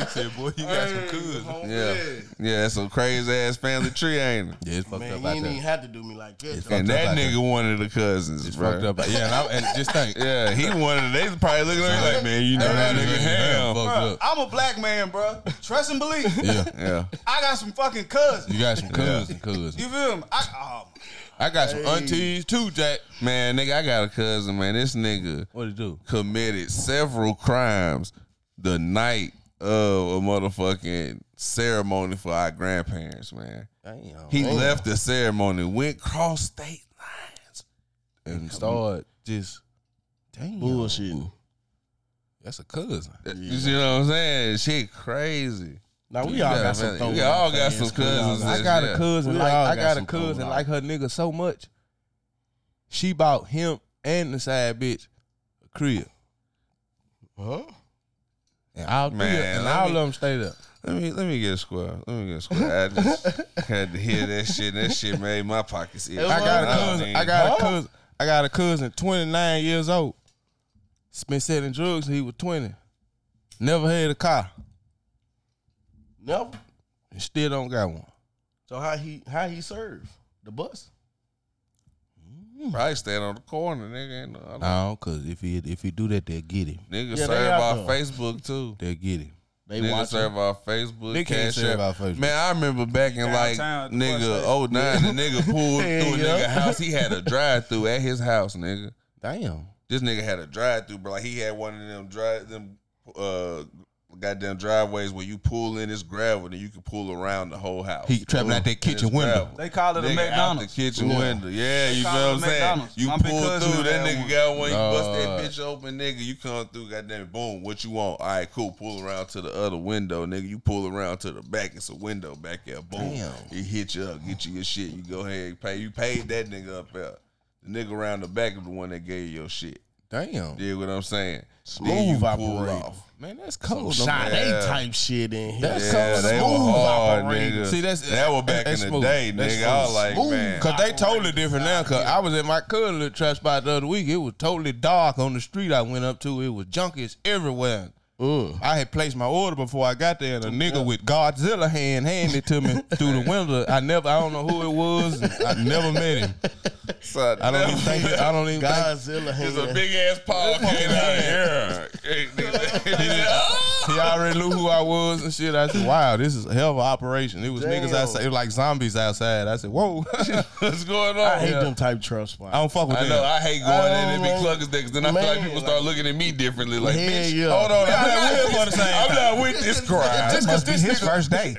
B: Said, boy, you got some cousins.
F: Oh,
A: Yeah. Yeah, that's some crazy ass family tree, ain't it?
B: Yeah, it's fucked
F: Man,
B: up
F: you
B: out
F: ain't even
B: there.
F: have to do me like that.
B: fucked
A: And
B: up
A: that
B: out
A: nigga one of the cousins,
B: It's
A: bro.
B: fucked up. out- Yeah, and, I, and just think.
A: Yeah, he one of the. They probably looking at me like, man, you know that nigga ham.
C: Bruh, I'm a black man, bro. Trust and believe.
B: [LAUGHS] Yeah,
A: [LAUGHS] Yeah.
C: I got some fucking cousins.
B: you got some cousins and cousins.
C: You feel me? I, oh,
B: I got some aunties too, Jack.
A: Man, nigga, I got a cousin, man. This nigga
B: What it do?
A: committed several crimes the night of a motherfucking ceremony for our grandparents, man.
B: Damn.
A: He left the ceremony, went cross state lines.
B: and start just damn.
F: Bullshitting.
B: That's a cousin.
A: You see what I'm saying? Shit crazy.
F: Now we
A: You
F: all
A: gotta
F: got some.
A: really-
F: throwback
A: we all got
F: things.
A: some
F: We all
A: cousins
F: got-
B: I
A: Yes,
B: got
A: yeah.
B: a cousin
F: We
B: like
F: all
B: I
F: got
B: got a
F: some
B: cousin
F: cold
B: like her nigga so much. She bought him and the side bitch a crib.
F: Huh?
B: And all three,
A: Man,
B: and
A: let
B: all
A: me-
B: of them stayed up.
A: Let me let me get a square. Let me get a square. I just
B: [LAUGHS]
A: had to hear that shit. That shit made my pockets itch.
B: I got a cousin.
A: mean,
B: I got a cousin. I got a cousin, 29 years old. Been selling drugs since he was 20. Never had a car.
F: Nope.
B: And still don't got one.
F: So how he how he serve the bus?
A: Probably stand on the corner, nigga. Ain't no, I don't-
B: No, cause if he if he do that, they'll get him.
A: Nigga
F: Yeah, they
A: serve
F: out
A: our
F: there.
A: Facebook too.
B: They'll get him.
F: They
A: nigga
F: watch
A: serve our Facebook.
B: They can't
A: Cash
B: serve
A: App.
B: our Facebook.
A: Man, I remember back in like
C: Downtown at the
A: nigga
C: bus
A: oh nine, the nigga
B: [LAUGHS]
A: pulled through a nigga house. He had a drive through at his house, nigga.
B: Damn.
A: This nigga had a drive through, bro. Like he had one of them drive them uh goddamn driveways where you pull in this gravel and you can pull around the whole house.
B: He trapping out that kitchen
A: It's
B: window.
A: gravel.
C: They call it a
A: Nigga,
C: McDonald's.
A: Out the kitchen window. Yeah, you know
C: call
A: what
C: it
A: I'm saying?
C: McDonald's.
A: You
C: My big
A: pull
C: cousin
A: through, that
C: had
A: nigga
C: one.
A: got one. You bust that
B: Lord.
A: bitch open, nigga. You come through, goddamn it, boom. What you want? All right, cool. Pull around to the other window, nigga. You pull around to the back. It's a window back there. Boom.
B: Damn.
A: He hit you up, get you your shit. You go ahead, and pay. You paid that nigga up there. The nigga around the back is the one that gave you your shit.
B: Damn.
A: You what I'm saying?
F: Smooth operator.
B: Man, that's cold.
F: Sade
A: Yeah.
F: type shit in here.
B: That's
A: Yeah,
B: cold.
A: they were
B: Smooth
A: hard,
B: operator.
A: nigga.
B: See, that's-
A: that was back
B: that's
A: in the
B: smooth.
A: day,
B: That's
A: nigga. I was
B: smooth.
A: like,
B: Smooth.
A: man,
B: Cause they totally different now. Cause I was at my cousin little trap spot the other week. It was totally dark on the street I went up to. It was junkies everywhere. I had placed my order before I got there, and a nigga with Godzilla hand handed it
A: [LAUGHS]
B: to me through the window. I never, I don't know who it was. and I never met him.
A: son,
B: I don't even think. it- I don't even think. [LAUGHS]
F: Godzilla
A: It's a
F: hand.
A: big ass paw came out [LAUGHS] of here.
B: He already knew who I was and shit. I said, "Wow, this is a hell of an operation." It was niggas outside, it was like zombies outside. I said, "Whoa, [LAUGHS]
A: [LAUGHS] What's going on?
F: I hate
A: Yeah.
F: them type trap spots.
B: I don't fuck with
A: I
B: that."
A: know. I hate going in and be
F: Oh,
A: cluckers because then I feel like
F: man,
A: people start looking at me differently. Like,
F: Hell
A: bitch,
F: yeah.
A: hold on. I'm
B: not
A: not
B: with
A: with
B: for the same
A: [LAUGHS] I'm not with
B: [LAUGHS]
A: this crowd.
E: This must be his first
A: [LAUGHS]
E: day.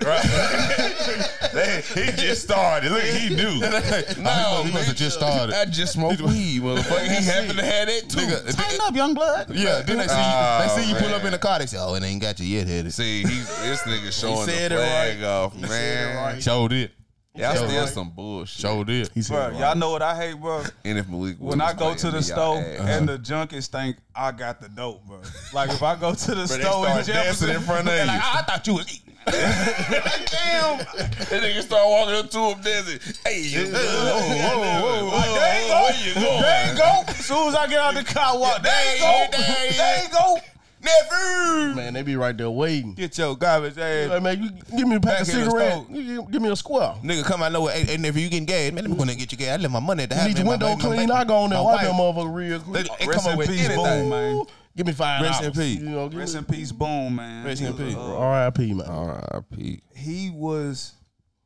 A: They- he just started. Look, he knew.
B: [LAUGHS]
A: [LAUGHS] no,
B: must- he must have
A: bitch.
B: just started.
A: I just [LAUGHS] smoked weed, motherfucker. He happened to have that too.
E: Tighten up, young blood.
B: Yeah, then they see you,
A: Oh,
B: they see you pull up
A: man.
B: in the car. They say, "Oh, it ain't got you yet, had it."
A: See, he's, this nigga showing the
F: said it
A: flag
F: right.
A: off, man.
B: Showed it,
A: Y'all
B: said it
A: still
B: right.
A: some bullshit.
B: showed it.
F: He said,
C: Bro, y'all know what I hate, bro.
A: And if Malik
C: When I go to the store
A: and
C: and the junkies think I got the dope, bro. Like if I go to the
A: they
C: store in
A: start dancing
C: Jefferson,
A: in front of
C: [LAUGHS] they're
A: you.
C: like, I thought you was eating.
A: damn, [LAUGHS] that nigga start walking up to him dancing. Hey, you good?
B: whoa, whoa,
A: Like, there you go. Where you going?
C: There you go. As soon as I get out the car, I walk. There you go. There you go.
A: Nephew.
F: man, they be right there waiting.
B: Get your garbage ass.
F: Like, man, you give me a pack of
B: Back in the
F: cigarette.
B: store.
F: You give- Give me a square.
B: Nigga, come out nowhere. Hey, hey, nephew, you getting gas? Man, let me go in there and get you gas. I left my money at the house.
F: Need your
B: man. My
F: window
B: baby- my
F: clean.
B: baby-
F: I go on there
B: my
F: and wipe
B: wife-
F: them motherfucker real
B: They,
F: quick.
B: they
C: Rest
B: come up
C: in
B: with
C: peace,
B: anything.
C: boom, man.
F: Give me five
B: Rest in
F: dollars.
B: peace.
F: You know, give
C: Rest
F: me,
C: in peace, boom, man.
B: Rest in peace. Uh-huh.
F: R.I.P. Man.
A: R.I.P.
C: he was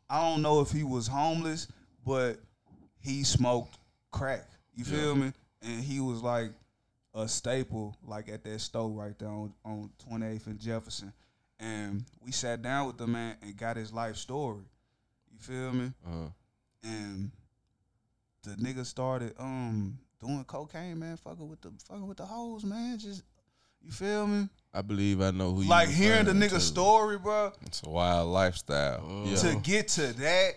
C: I don't know if he was homeless, but he smoked crack. You feel me? And he was like a staple, like at that store right there on, on 28th and Jefferson. And we sat down with the man and got his life story. You feel me? And the nigga started um doing cocaine, man, fucking with the fucking with the hoes, man. Just you feel me?
B: I believe I know who. you
C: Like hearing the
B: referring to.
C: nigga story, bro
A: It's a wild lifestyle.
B: Yeah.
C: to get to that,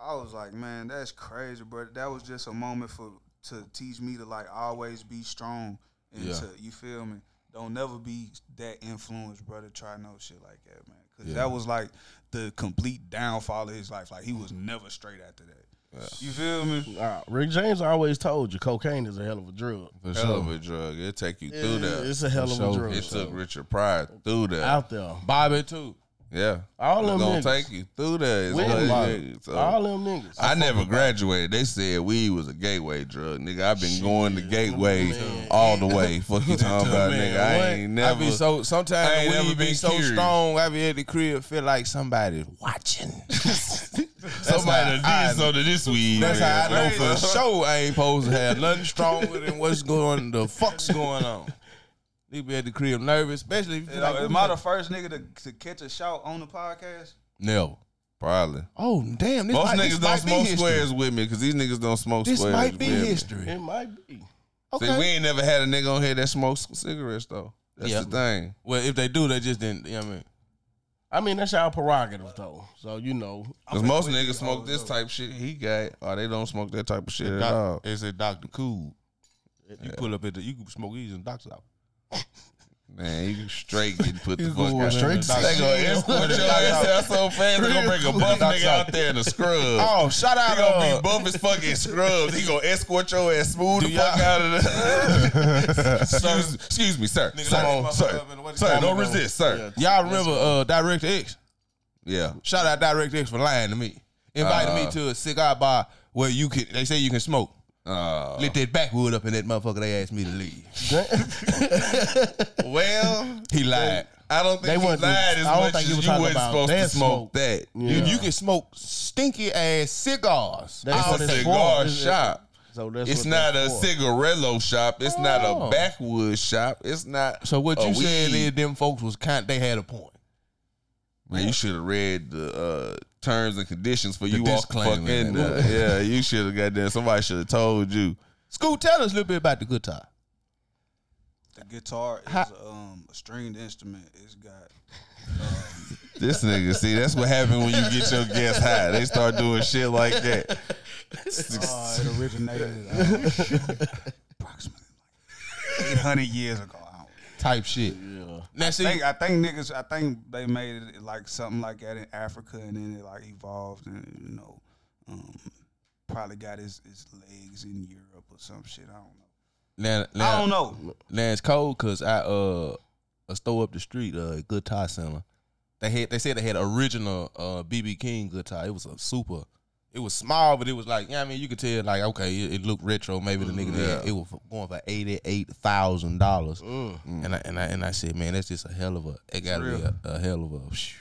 C: I was like, man, that's crazy, bro. That was just a moment for to teach me to like always be strong and
B: Yeah.
C: to you feel me. Don't never be that influenced, brother. Try no shit like that, man. Cause that was like the complete downfall of his life. Like he was never straight after that. You feel me?
F: Uh, Rick James always told you cocaine is a hell of a drug.
A: For Hell of a drug. It'll take you through that.
F: It's a hell of a drug.
A: It took Richard Pryor through that.
F: out there.
B: Bobby too.
A: yeah.
F: All
A: it's
F: them
A: gonna
F: niggas.
A: take you through that. It's
F: With
A: gonna-
F: Bobby.
A: so-
F: All them niggas.
A: I never graduated. They said weed was a gateway drug, nigga. I've been going to gateways all
B: [LAUGHS]
A: the way. Fuck you talking about,
F: Man,
A: nigga? I
F: what?
A: ain't
B: I
A: never.
B: be so sometimes
A: I ain't
B: the
A: never
B: weed be
A: been
B: so
A: curious.
B: strong. I be at the crib, feel like somebody's watching.
A: somebody
B: how I-
A: done did something to this weed.
B: That's
A: man.
B: how I know for sure I ain't supposed to have nothing stronger than what's going. The fuck's going on? You be at the crib nervous, especially if you feel like
C: am I the first nigga to, to catch a shout on the podcast?
B: no.
A: Probably.
B: Oh damn! This
A: Most
B: might,
A: niggas
B: this
A: don't
B: might be
A: smoke
B: history.
A: squares with me because these niggas don't smoke
B: This
A: squares.
B: might be
A: with me.
B: history.
F: It might be.
A: See, we ain't never had a nigga on here that smokes cigarettes though. That's
B: Yeah.
A: the thing.
B: Well, if they do, they just didn't. You know what I mean,
F: I mean, that's our prerogative, though. So you know,
A: Because most niggas smoke this type shit he got, or they don't smoke that type of shit at all.
B: it's a Doctor Cool. You pull up at the, you can smoke these in the doctor's office.
A: Man,
B: [LAUGHS]
A: you straight getting put the fuck out.
F: straight to
A: They gonna escort your ass out so fast. They gonna bring a buff nigga out there in the scrub.
B: Oh, shout
A: He
B: out!
A: gonna
B: Uh,
A: be buff as fucking scrubs. He gonna escort your ass smooth the
B: Do
A: fuck
B: y'all-
A: out
B: [LAUGHS]
A: of the. excuse, excuse me, sir.
B: Nigga,
A: sir,
B: like this
A: sir,
B: motherfucker up in the-
A: sir, don't resist, sir.
B: y'all remember uh, Director X?
A: Yeah.
B: Shout out Direct X for lying to me. Invited
A: Uh,
B: me to a cigar bar where you can. They say you can smoke.
A: Uh,
B: Lit that backwood up in that motherfucker. They asked me to leave.
A: well,
B: He lied.
A: I don't
F: They
A: think he lied
F: wasn't-
A: as
F: I don't
A: much
F: think he was
A: as you
F: talking
A: wasn't
F: about
A: supposed to
F: that
A: smoke
F: smoke.
A: that.
F: Yeah.
B: You can smoke stinky ass cigars.
F: That's
A: It's
F: what
A: a
F: it's
A: cigar
F: for.
A: shop.
F: So that's
A: It's
F: what
A: not a
F: that's for.
A: cigarillo shop. It's not a
B: Oh.
A: backwoods shop. It's not.
B: so what
A: a
B: you said
A: weed.
B: is them folks was kind. They had a point.
A: Man, you should have read the uh, terms and conditions for you walk the fuck
B: disclaimer
A: in
B: and
A: there. yeah, you should have got there. Somebody should have told you.
B: Scoot, tell us a little bit about the guitar.
C: The guitar is um, a stringed instrument. It's got
A: This nigga, see, that's what happened when you get your guests high. They start doing shit like that.
C: uh, it [LAUGHS] originated uh, approximately like 800 years ago. I don't
B: Type shit.
A: Oh,
B: Now see,
C: think I think niggas. I think they made it like something like that in Africa, and then it like evolved, and you know, um, probably got its, its legs in Europe or some shit. I don't know.
B: now,
C: I
B: now,
C: don't know.
B: now it's cold because I uh a store up the street, uh, guitar center. They had they said they had original uh BB King guitar. It was a super. It was small, but it was like, yeah, I mean, you could tell, like, okay, it, it looked retro. Maybe the nigga,
C: Mm-hmm.
B: did. it was going for eighty eight thousand dollars, and I and I and I said, man, that's just a hell of a. It got to be a, a hell of a. Phew.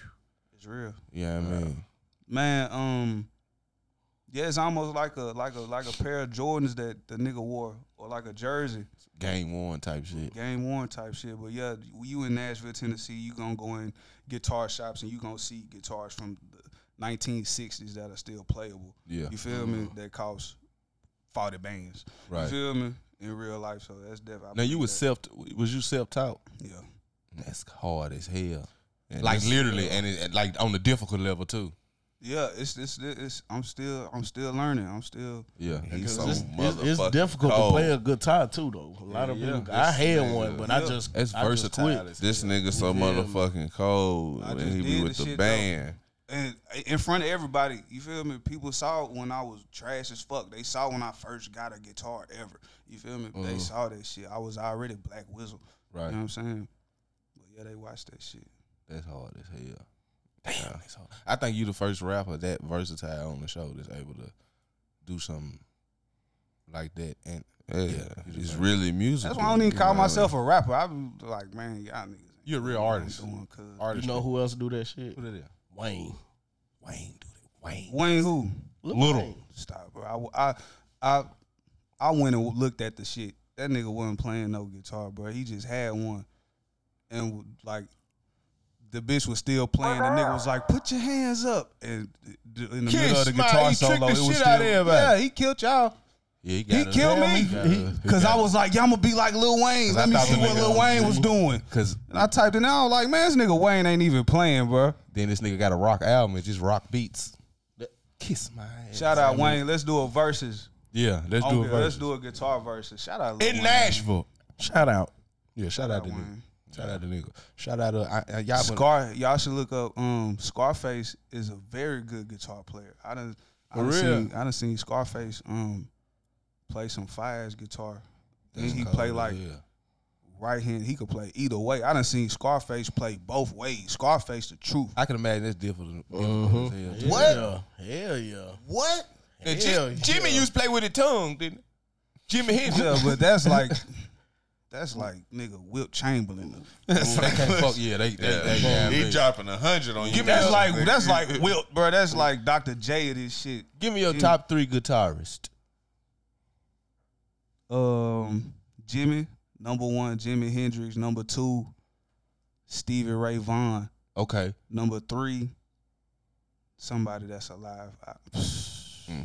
C: It's real,
B: Yeah, I mean,
C: man. Um, yeah, it's almost like a like a like a pair of Jordans that the nigga wore, or like a jersey.
B: game worn type shit.
C: game worn type shit. But yeah, when you in Nashville, Tennessee, you gonna go in guitar shops and you gonna see guitars from the 1960s that are still playable.
B: Yeah. Mm-hmm.
C: you feel me? That cost forty bands.
B: Right.
C: You feel me? In real life, so that's definitely. I
B: Now you
C: believe
B: was
C: that.
B: self. Was you self taught?
C: yeah.
B: That's hard as hell.
A: And
B: like
A: this-
B: literally, and it, and, like on the difficult level too.
C: Yeah, it's, it's it's I'm still I'm still learning. I'm still
B: Yeah,
A: He's so
F: It's, it's- it's
A: motherfucking
F: difficult
A: cold.
F: to play a guitar too, though. A lot of people. I had one, but I just
B: it's
F: I just
B: versatile.
F: quit.
B: as
A: This
B: hell.
A: nigga so
F: Yeah.
A: motherfucking cold
C: I
A: when
C: just
A: he be
C: did
A: with
C: the
A: the
C: shit,
A: band.
C: and in front of everybody. You feel me? People saw when I was trash as fuck. They saw when I first got a guitar ever. You feel me? They saw that shit. I was already Black Whistle.
B: Mm-hmm. right?
C: You know what I'm saying? But yeah, they watch that shit.
B: That's hard as hell. Damn, that's hard. I think you the first rapper that versatile on the show that's able to do something like that. And
A: Yeah,
B: you
A: it's
B: just-
A: really music.
C: That's why I don't even call myself a rapper. I'm like, man, y'all niggas.
B: you're a real artist.
C: Doing cuz.
B: Artist.
F: You know who else do that shit?
B: that is?
F: Wayne.
B: Wayne do that. Wayne.
C: Wayne who?
F: Little.
C: Stop, bro. I, I, I, I went and looked at the shit. That nigga wasn't playing no guitar, bro. He just had one, and like, the bitch was still playing. The nigga was like, "Put your hands up," and d- in the middle of the
B: Kiss, man.
C: guitar
B: He
C: solo,
B: tricked the
C: it was
B: shit
C: still.
B: out of everybody.
C: yeah, he killed y'all.
B: Yeah, he,
C: He
B: got
C: killed me [LAUGHS] because I
B: was.
C: was like, "Y'all gonna be like Lil Wayne." Let
B: I
C: me
B: thought
C: see
B: the
C: what
B: nigga-
C: Lil Wayne was doing.
B: Cause
C: And I typed it out. I was like, man, this nigga Wayne ain't even playing, bro.
B: then this nigga got a rock album. It's just rock beats. Kiss my ass.
C: Shout out Wayne. Let's do a versus.
B: Yeah, let's do
C: Oh,
B: a
C: yeah,
B: verse.
C: Let's do a guitar versus. Shout out Lil
B: in
C: Wayne.
B: Nashville.
F: Shout out.
B: Yeah, shout out to nigga. Shout out to nigga. Shout out to I, I, y'all. been-
C: Scar, y'all should look up. Um, Scarface is a very good guitar player. I done, I done
B: For real?
C: seen, I done seen Scarface um play some fire ass guitar. Then he play like
B: yeah.
C: right hand. He could play either way. I done seen Scarface play both ways. Scarface, the truth.
B: I can imagine that's different. different as hell. too.
F: What? Mm-hmm. Yeah. Hell yeah.
B: What? Now, Ji-
F: Hell yeah.
B: Jimmy used to play with his tongue, didn't? he? Jimmy [LAUGHS] Hendrix.
C: Yeah, but [LAUGHS] that's like, that's like nigga Wilt Chamberlain.
B: [LAUGHS] they can't fuck. Yeah, they. they, they yeah,
A: He
B: man.
A: dropping a hundred on you.
C: That's like that's like Wilt, bro. That's like Dr. J of this shit.
B: Give me your top three guitarists.
C: Um, Jimmy, number one, Jimi Hendrix, number two, Stevie Ray Vaughan,
B: Okay.
C: number three, somebody that's alive. I- Hmm.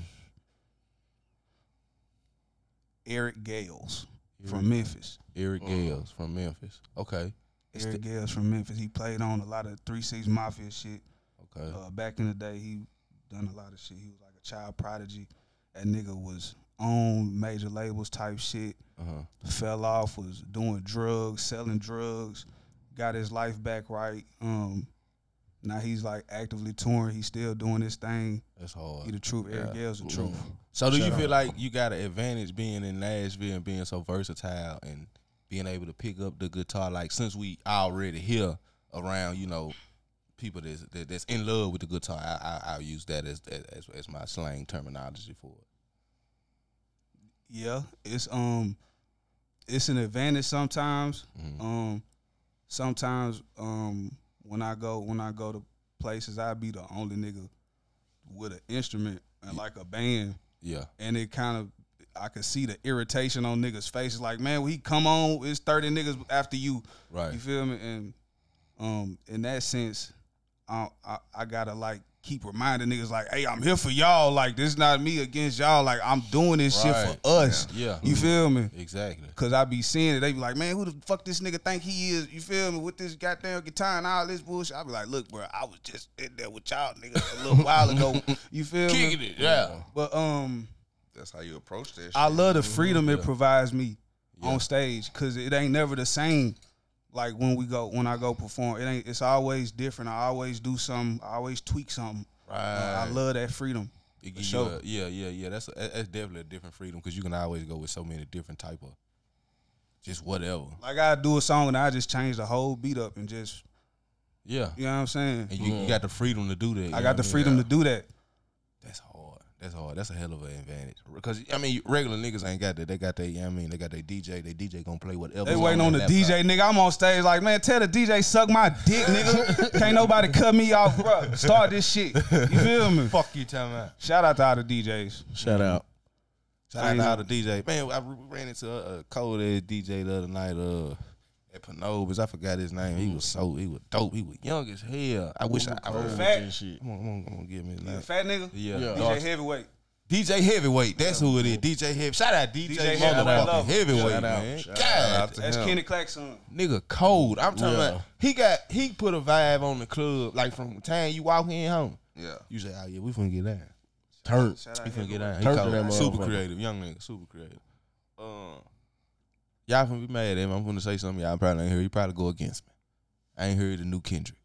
C: Eric Gales from Memphis.
B: Eric
A: Uh,
B: Gales from Memphis. Okay.
C: Eric Gales from Memphis. He played on a lot of Three Six Mafia shit.
B: Okay.
C: uh, back in the day, he done a lot of shit. He was like a child prodigy. That nigga was on major labels type shit.
B: Uh-huh.
C: Fell off, was doing drugs, selling drugs. Got his life back right. Um, now he's like actively touring. He's still doing his thing.
B: That's
C: He
B: hard.
C: the truth. Eric Gale's the truth.
B: So do you feel like you got an advantage being in Nashville and being so versatile and being able to pick up the guitar? Like since we already here around, you know, people that's that, that's in love with the guitar. I, I I'll use that as as as my slang terminology for it.
C: Yeah, it's um, it's an advantage sometimes. Um, sometimes um, when I go when I go to places, I be the only nigga with an instrument and like a band,
B: Yeah.
C: and it kind of I could see the irritation on niggas' faces. Like, man, when he come on, it's thirty niggas after you.
B: Right.
C: You feel me? And um, in that sense, I, I I gotta like keep reminding niggas like, hey, I'm here for y'all. Like, this not me against y'all. Like, I'm doing this shit
B: Right.
C: for us.
B: Yeah. Yeah.
C: You feel me?
B: Exactly.
C: Cause I be seeing it, they be like, "Man, who the fuck this nigga think he is?" You feel me? With this goddamn guitar and all this bullshit, I be like, "Look, bro, I was just in there with y'all niggas
B: [LAUGHS]
C: a little while ago." You feel
A: Kicking
C: me?
A: it, yeah.
C: But um,
B: That's how you approach that shit.
C: I love the freedom it provides me on stage because it ain't never the same. Like when we go, when I go perform, it ain't. It's always different. I always do something. I always tweak something.
B: Right.
C: I love that freedom.
B: It
C: For
B: give you
C: sure.
B: a- yeah, yeah, yeah. That's a, that's definitely a different freedom because you can always go with so many different type of just whatever.
C: Like I do a song and I just change the whole beat up and just,
B: Yeah,
C: you know what I'm saying?
B: and you, you got the freedom to do that. you
C: Mm-hmm. I
B: know
C: got
B: what
C: the
B: mean?
C: freedom to do that.
B: That's hard. That's hard. That's a hell of an advantage because I mean regular niggas ain't got that. They got they. I mean they got their DJ. They DJ gonna play whatever.
C: They waiting on the DJ, nigga. I'm on stage like, man, tell the DJ suck my dick,
B: [LAUGHS]
C: nigga. Can't nobody cut me off, bro. Start this shit. You feel me?
A: Fuck you, time out.
C: Shout out to all the DJs.
D: Shout out.
B: Shout out to all the DJ. Man, I re- ran into a, a cold ass DJ the other night. Uh, at Penobis, I forgot his name. He was so he was dope. He was young as hell. I wish I. I
D: Cold
B: I'm
C: Fat.
D: and shit.
B: gonna, I'm gonna- I'm gonna give him his name.
C: Fat nigga.
B: Yeah,
D: Yeah.
B: Dark
C: DJ heavyweight.
B: DJ Heavyweight, that's who it is. DJ Heavy. Shout out DJ,
C: DJ Heavy, I
B: motherfucking
C: love him.
B: Heavyweight,
D: Shout out.
B: man.
D: Shout
B: God,
C: That's Kenny Claxon.
B: nigga, cold. I'm talking
D: Yeah.
B: about. He got he put a vibe on the club like from the time you walk in home.
A: Yeah.
B: You say, oh yeah, we finna get that.
D: Turn.
C: Shout out
B: We finna get that. He
D: Turn to
B: cold.
D: that
B: super
D: motherfucker.
B: creative, young nigga, super creative. Uh, y'all finna be mad at him. I'm finna say something. Y'all probably ain't heard. He probably go against me. I ain't heard the new Kendrick.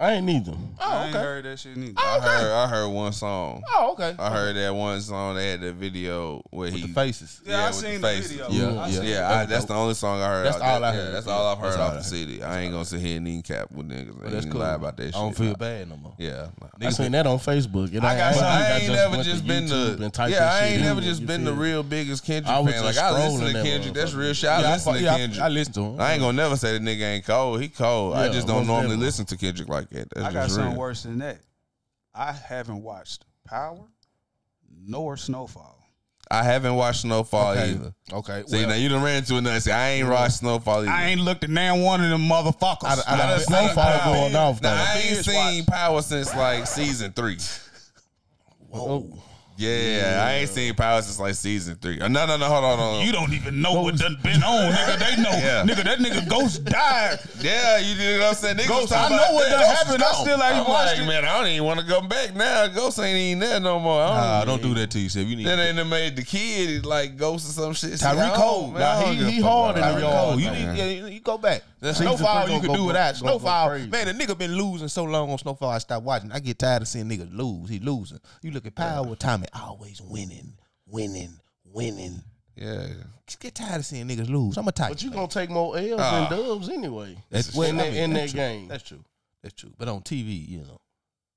D: I ain't either.
C: I ain't heard that shit neither.
B: Oh,
A: I heard, I heard one song.
B: Oh, okay.
A: I heard that one song. They had that video where
B: With
A: he.
B: the faces.
C: Yeah, I
A: with
C: seen the
A: faces.
C: video.
B: Yeah, yeah.
C: I seen-
A: Yeah, I, that's the only song I heard.
B: That's
A: out
B: all
A: there.
B: I
A: Yeah,
B: heard.
A: that's all I've
B: That's
A: heard
B: all
A: off
B: I
A: the
B: heard.
A: city. I ain't gonna sit here and knee cap with niggas. I ain't
B: That's
A: gonna
B: cool.
A: lie about that
B: I
A: shit.
B: don't feel bad no more.
A: Yeah, nah.
D: I seen that on Facebook. And
A: I got
D: I,
A: some. I
D: think
A: ain't
D: just
A: never
D: went to
A: just been
D: YouTube
A: the
D: and typed
A: yeah.
D: that
A: I
D: shit
A: ain't
D: in,
A: never just
D: you
A: been the
D: feel me?
A: real biggest Kendrick
D: I was
A: fan. Like
D: just
A: I listen
D: scrolling
A: to
D: that
A: Kendrick. That's
D: motherfucker.
A: real shit. I
B: Yeah, I
A: listen
B: fu-
A: to
B: yeah, I-
A: Kendrick.
B: I listen to him.
A: I ain't gonna never say the nigga ain't cold. He cold. I
D: Yeah,
A: just don't
D: most
A: normally
D: definitely.
A: listen to Kendrick like that. That's
C: I got
A: just real.
C: something worse than that. I haven't watched Power nor Snowfall.
A: I haven't watched Snowfall
B: Okay.
A: either.
B: Okay.
A: See now you done ran into another. See I ain't watched Snowfall either.
C: I ain't looked at now one of them motherfuckers.
D: I, I,
A: Now,
D: I,
A: that's
D: snowfall
A: not-
D: going off though.
A: Now, I ain't seen Power since like season three.
F: Oh.
D: Whoa.
A: Yeah, I ain't seen Power since like season three. Uh, No, no, no, hold on, hold on.
G: You don't even know what done been on, nigga. They know,
A: Yeah.
G: nigga. That nigga Ghost died.
A: Yeah, you did what I'm saying. Niggas
G: Ghost,
A: talking
G: I know
A: about
G: what
A: that.
G: done
A: Ghost
G: happened.
A: is
G: I
A: gone.
G: still ain't
A: I'm
G: watched
A: like,
G: it.
A: man, I don't even want to go back now. Ghost ain't even there no more. I don't
B: Nah, don't do that to yourself. You need
A: Then they done made the kid like Ghost or some shit. See, I
D: Tyreek
A: don't-
D: Cole.
A: man,
D: Nah,
A: I don't
D: he-
A: give a
D: he
A: fuck
D: hard
A: about
D: in
A: Tyreek
D: the
A: Cole.
B: Oh,
D: yard.
B: you
D: man.
B: need yeah, you- you go back. That
D: Season
B: snowfall
D: three
B: you
D: gonna
B: can
D: go-
B: do without
D: gonna go
B: snowfall.
D: crazy.
B: Man, the nigga been losing so long on snowfall. I stopped watching. I get tired of seeing niggas lose. He losing. You look at power Tommy always winning, winning, winning.
A: Yeah.
B: Just get tired of seeing niggas lose. I'm a tight.
D: But you gonna take more L's
A: Ah.
D: than dubs anyway.
B: that's
D: in
B: I
D: that,
B: mean,
D: in that
B: that's true.
D: game.
B: That's true. That's true. But on TV, you know,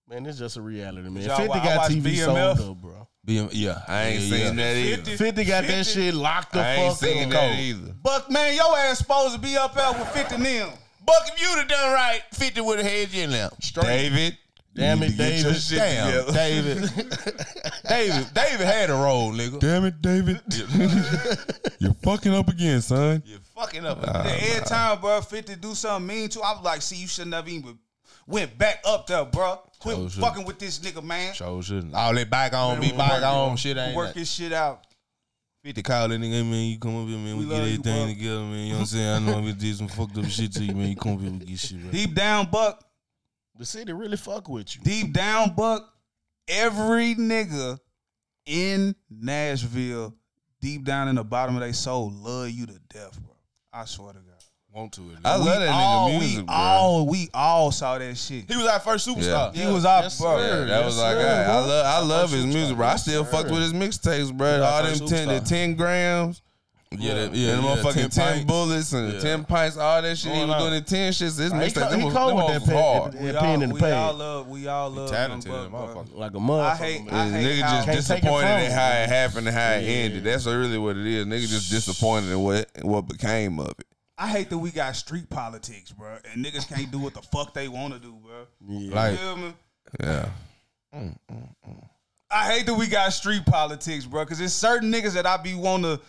D: Man, it's just a reality, man.
C: Y'all
D: 50
C: wa- I
D: got
C: watch
D: TV
C: BMF.
D: sold up, bro.
B: being yeah,
A: I ain't
B: yeah,
A: seen
B: yeah.
A: that either.
D: 50 got that shit locked the
A: I ain't
D: fuck
A: seen
D: up.
A: that e- either.
C: Buck man, your ass supposed to be up there with 50 them.
B: Buck, if you'd have done right, Fifty would have had you in there.
A: David.
D: Damn
A: you
D: it,
A: need to get your
D: David.
A: shit
B: Damn,
A: together.
B: [LAUGHS] David. David, David had a role, nigga.
A: Damn it, David. You're fucking up again, son.
B: You're fucking up.
A: Oh,
C: every time, bro, 50 do something mean to, I was like, see, you should never even went back up there, bro. Quit
B: Oh, shit.
C: fucking with this nigga, man.
B: Show shouldn't. All that bygone be
C: Man, we'll work
B: bygone. Shit ain't
C: Work
B: working.
C: his shit out.
B: 50 call that nigga, hey, man, you come up here, man, we,
C: We
B: get
C: love you,
B: everything
C: bro.
B: together, man. You know what I'm saying? I know we did some fucked up shit to you, man. You come up here, we get shit right.
C: Deep down, Buck.
D: The city really fuck with you.
C: Deep down, Buck. Every nigga in Nashville, deep down in the bottom of their soul, love you to death, bro. I swear to God.
B: Want to it.
A: I love that
C: all,
A: nigga music,
C: we
A: bro.
C: all we all saw that shit.
B: He was our first superstar.
C: He was our
D: yes,
C: bro.
D: sir.
A: That
D: Yes,
A: was like
D: sir,
A: I, I
D: bro.
A: love I love his
D: superstar.
A: music, bro. I still
D: Yes,
A: fucked
D: sir.
A: with his mixtapes, bro.
B: Yeah,
A: All
B: I
A: them
B: fuck
A: ten the
B: superstar.
A: ten grams.
B: Yeah, that, yeah,
A: and
B: yeah,
A: motherfucking 10,
B: pints.
A: bullets and
B: Yeah.
A: 10 pints, all that shit. He
B: Going
A: was
B: out.
A: doing it 10 shits. This
D: He
A: mixtape,
D: co-
A: them
D: he
A: was-
D: cold
A: them
D: with
A: hoes
D: that
A: was
D: pen-
A: hard.
D: that-
A: Nigga
D: that
C: all-
D: pen in the
C: we all
D: pad.
C: love, we all love
B: Talented,
C: them, but, but
B: motherfucker.
F: Like a
C: I
F: motherfucker.
C: hate,
F: man.
C: I hate how,
A: just
F: take it
A: disappointed
F: from him.
A: in how it happened and how it ended. That's really what it is. Nigga just disappointed in what what became of it.
C: I hate that we got street politics, bro, and niggas can't do what the fuck they want to do, bro. You
A: Like,
C: feel me?
A: yeah.
B: Mm,
C: I hate that we got street politics, bro, because it's certain niggas that I be want to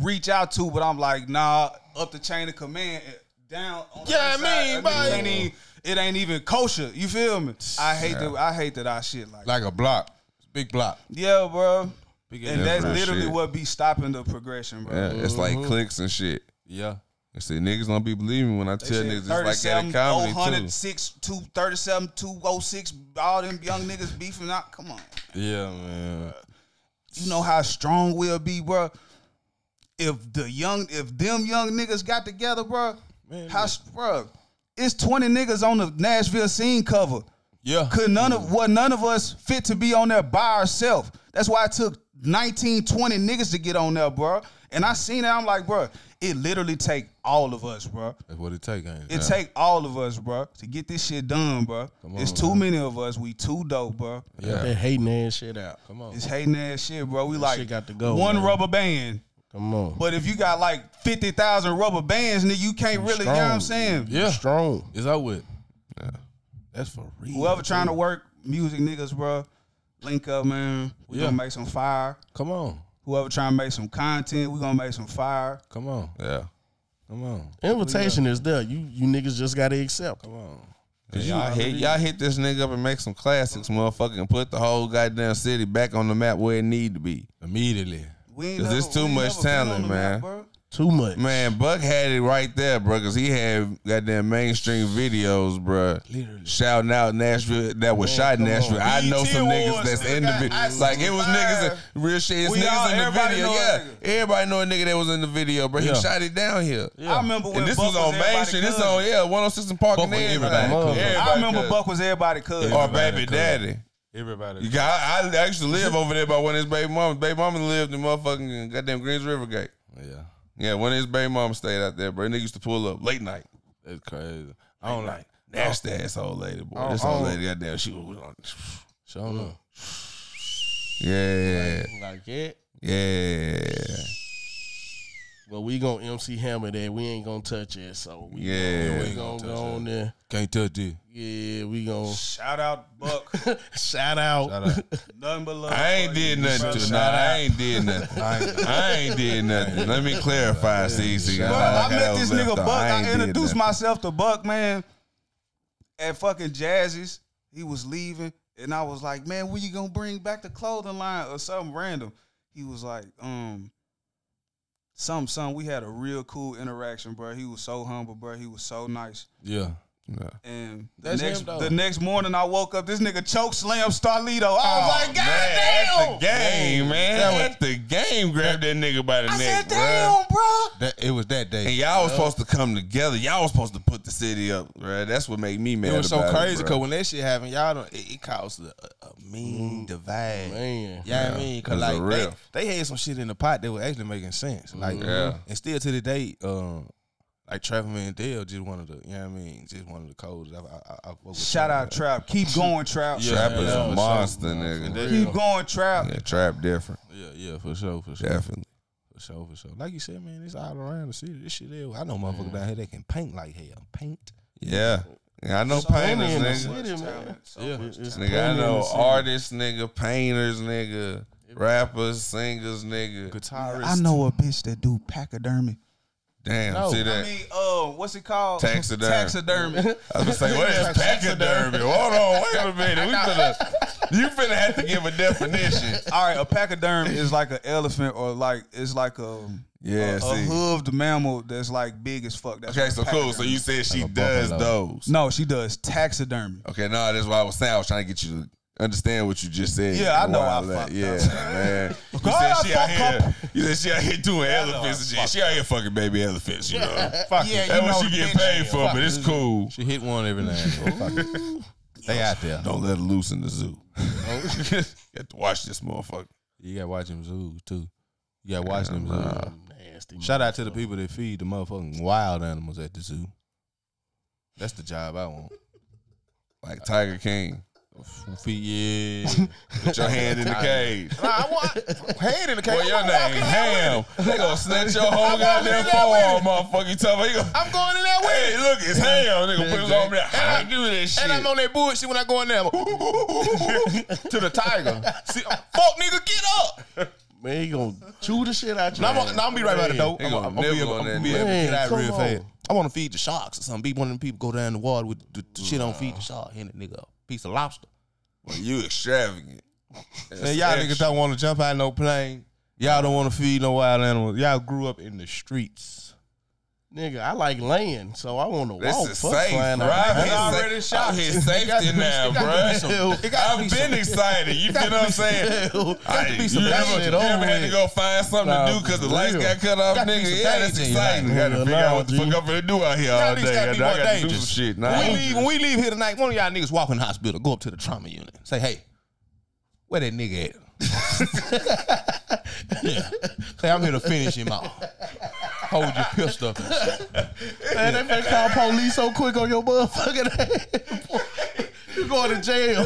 C: reach out to, but I'm like, nah, up the chain of command, eh, down. On the
B: Yeah, I
C: other side,
B: mean,
C: that nigga
B: but-
C: ain't even- it ain't even kosher. You feel me? I hate that. I hate that I shit like.
B: Like a block. Big block.
C: yeah, bro.
B: ass
C: And that's
A: real
C: literally
A: shit.
C: what be stopping the progression, bro.
A: Yeah, it's like clicks and shit.
B: Yeah.
A: I see, niggas don't be believing when I tell
C: Shit,
A: niggas it's like at a comedy
C: 000,
A: too.
C: 06, 2, 37, 206, all them young niggas beefing out. Come on.
B: Yeah, man.
C: You know how strong we'll be, bro. If the young, if them young niggas got together, bro, how, s- bro, it's 20 niggas on the Nashville scene cover.
B: Yeah.
C: Could none of, well, none of us fit to be on there by ourselves. That's why it took 19, 20 niggas to get on there, bro. And I seen it, I'm like, bro, it literally take all of us, bro.
B: That's what it take, ain't
C: It take all of us, bro, to get this shit done, bro. it's too many of us. We too dope, bro.
F: Cut that hating ass shit out. Come on.
C: It's hating ass shit, bro. We like
F: shit got to go,
C: one
F: man.
C: rubber band.
F: Come on.
C: But if you got like 50,000 rubber bands, nigga, you can't really, you know what I'm saying?
B: Yeah.
F: Strong.
B: It's out with. That's for real.
C: Whoever trying to work music niggas, bro, link up, man. We
B: Yeah.
C: gonna make some fire.
B: Come on.
C: Whoever trying to make some content, we gonna make some fire.
B: Come on.
A: Yeah.
B: Come on.
F: Invitation is there. You you niggas just gotta accept. it.
B: Come on.
A: Cause y'all hit y'all hit this nigga up and make some classics, motherfucker, and put the whole goddamn city back on the map where it need to be.
B: Immediately.
C: We ain't
A: 'Cause
C: never-
A: it's too
C: we ain't
A: much
C: never been on
A: talent,
C: the map,
A: man.
C: bro.
F: Too much.
A: Man, Buck had it right there, bro, cause he had goddamn mainstream videos, bro. Literally. Shouting out Nashville that was shot in Nashville. I know
B: BET
A: some niggas
B: Awards,
A: that's
B: nigga,
A: in the
B: I
A: video. Like it was
C: swear.
A: niggas that real shit. It's
C: We
A: niggas
C: all-
A: in the
C: everybody
A: video.
C: know a
A: Yeah.
C: nigga.
A: Everybody know a nigga that was in the video, bro.
B: Yeah.
A: He shot it down here.
C: I remember when
A: And this
C: Buck
A: was on Main
C: everybody
A: Street. This
C: cousin.
A: on yeah, 106 and Park
B: Buck
A: and
B: was
A: everything.
B: everybody cousin.
A: Everybody
C: I remember
A: cousin.
C: Buck was everybody cousin.
A: or
B: Everybody
A: baby
B: cousin.
A: daddy.
B: Everybody.
A: You got, I, I actually live over there by one of his baby mamas. Baby mama lived in motherfucking goddamn Greens River Gate.
B: Yeah.
A: Yeah, one of his baby mama stayed out there, bro. Nigga used to pull up late night.
B: That's crazy. I don't like. Oh.
A: Nasty ass old lady, boy. this old lady, goddamn, she was on.
B: Show up.
A: Yeah,
F: Like it.
A: yeah,
F: But we gonna MC Hammer that. We ain't gonna touch it. So we,
A: yeah.
F: we gonna go on there.
B: Can't touch this.
F: Yeah, we gonna
C: Shout out Buck.
F: shout out.
B: Shout out.
C: Nothing but love.
A: I ain't
C: for you,
A: did nothing
C: brother.
A: to nah, I ain't did nothing. I ain't did nothing. Let me clarify, CC.
C: Bro, I met this nigga Buck. I,
A: ain't did
C: introduced
A: nothing.
C: myself to Buck, man, at fucking Jazzy's. He was leaving, and I was like, man, when you gonna bring back the clothing line or something random? He was like, um, some son, we had a real cool interaction, bro. He was so humble, bro. He was so nice.
B: [LAUGHS] Yeah.
C: And the
B: That's
C: next
B: him, though.
C: the next morning I woke up, this nigga choke slam Starlito. I was
A: Oh,
C: like, God damn.
A: Man, at the game, man. At the game, grabbed that nigga by the
C: I
A: neck,
C: said,
A: bro.
C: damn, bro.
B: That it was that day.
A: And y'all was supposed to come together. Y'all was supposed to put the city up, bro. That's what made me mad.
B: It was so
A: about
B: crazy because
A: bro.
B: when that shit happened, y'all don't. It, it caused a, a a mean divide.
F: Man.
B: Mm. Yeah, I mean,
A: it
B: cause
A: was a
B: like they,
A: riff.
B: they had some shit in the pot that was actually making sense. Like,
A: Yeah.
B: and still to the day, um, like Trevor Mandel just one of the, you know what I mean, just one of the codes. I, I, I, I fuck with
C: Shout out Trap. Keep going, Trap.
B: Yeah.
A: Trap is
B: Yeah.
A: a monster,
B: Yeah.
A: nigga.
C: Keep going, Trap.
A: Yeah, trap different,
B: Yeah, yeah, for sure, for sure,
A: definitely.
B: for sure, for sure. Like you said, man, it's all around the city. This shit, is, I know motherfuckers down here that can paint like hell, paint.
A: Yeah, yeah I know painters,
F: in the
A: nigga.
F: city, man. It's- it's
A: Nigga, I
F: plenty in the
A: know
F: city.
A: artists, nigga, painters, nigga, rappers, singers, nigga.
B: Guitarist.
C: I know a bitch that do pachydermy.
A: Damn, see
C: I
A: that?
C: mean, uh, what's it called?
A: Taxidermy.
C: [LAUGHS] Taxidermy.
A: I was
B: [LAUGHS]
A: gonna say, what is pachydermy? Hold on, wait a minute. We finna, you finna have to give
B: [LAUGHS]
A: a definition.
C: All right, a pachyderm is like an elephant or like it's like a
A: Yeah,
C: a, a
A: see.
C: hooved mammal that's like big as fuck. That's
A: Okay,
C: what a
A: so cool. So
C: pachyderm-
A: you said she
B: Like a
A: does
B: buffalo.
A: those.
C: no, she does taxidermy.
A: Okay, no, that's why I was saying I was trying to get you to understand what you just said.
C: Yeah, I
A: and
C: know
A: why
C: I
A: let-
C: fucked
A: Yeah,
C: up.
A: man.
C: [LAUGHS]
A: You said
C: God,
A: she
C: I
A: out
C: fucked
A: here. You said she out here
C: [LAUGHS]
A: doing
C: know I
A: elephants and shit. She out here fucking baby elephants. You know, fuck it.
C: Yeah, you
A: That's
C: know
A: what she
C: the
A: getting
C: bitch.
A: paid for, but it's cool.
B: She hit one every now and then. Fuck it. They out there.
A: Don't let her loose in the
C: [LAUGHS]
A: zoo. [LAUGHS] you have to watch this motherfucker.
B: You gotta watch them zoos too. You gotta watch them zoos.
A: Nah.
D: nasty.
B: Shout out to the people that feed the motherfucking wild animals at the zoo. That's the job I want.
A: Like Tiger King.
B: Feed, yeah.
A: Put
C: [LAUGHS]
A: your hand in the cage.
B: [LAUGHS] I want hand in the cage.
A: Boy, your
B: I'm walking
A: name Ham. They gonna snatch
C: [LAUGHS]
A: your whole
B: I'm walking in
A: goddamn
B: that
A: forearm, motherfucker. You talking about? He gonna,
B: I'm going in that way.
A: hey, look,
C: [LAUGHS]
A: it's Ham. They gonna put his arm there.
B: And I-
A: I do this shit.
B: And I'm on that bullshit when I go in there. I'm like, to the tiger. See, uh, fuck nigga, get up.
D: Man, he gonna chew the shit out you.
B: Now I'm, gonna- now I'm gonna be right by the door.
A: They
B: I'm
A: gonna
B: gonna I'm gonna be
A: nibble
B: able
A: on
B: I'm
A: that
B: gonna be able to
D: nigga.
B: get out
D: Man,
B: real
D: come on.
B: fast. I want to feed the sharks or something. Be one of them people go down the water with the, the shit on feed the shark. Hand that nigga a piece of lobster.
A: Well, you extravagant.
B: Man, y'all niggas don't want to jump out no plane. Y'all don't want to feed no wild animals. Y'all grew up in the streets.
D: Nigga, I like laying, so I want to
A: This
D: walk.
A: is
D: Fuck
A: safe,
D: flying
A: bro.
D: out.
A: It's already shot.
D: [LAUGHS]
A: His safety now, bro. [LAUGHS] I've been excited.
B: [LAUGHS]
A: You feel what I'm saying? I,
D: be
A: you
D: some
A: ever,
D: shit
A: you
D: over
A: ever had to
D: with.
A: go find something
D: Nah,
A: to do because the
D: for
A: lights
D: real.
A: got cut off,
B: Gotta be
A: nigga?
B: some
A: Yeah, that's
B: days in your
A: exciting.
B: life.
A: Got to
D: Real
A: figure out what
D: life,
A: the fuck
D: G.
A: I'm finna do out here all
B: Y'all niggas
A: day. I
B: gotta be more
A: gotta do some
B: dangerous.
A: shit. Nah,
B: When we leave, when we leave here tonight, one of y'all niggas walk in the hospital, go up to the trauma unit, say, "Hey, where that nigga at?" [LAUGHS] yeah. Say, I'm here to finish him off. Hold your pistol up.
D: Man, they finna call police so quick on your motherfucking ass. [LAUGHS] you going to
A: [LAUGHS]
D: jail.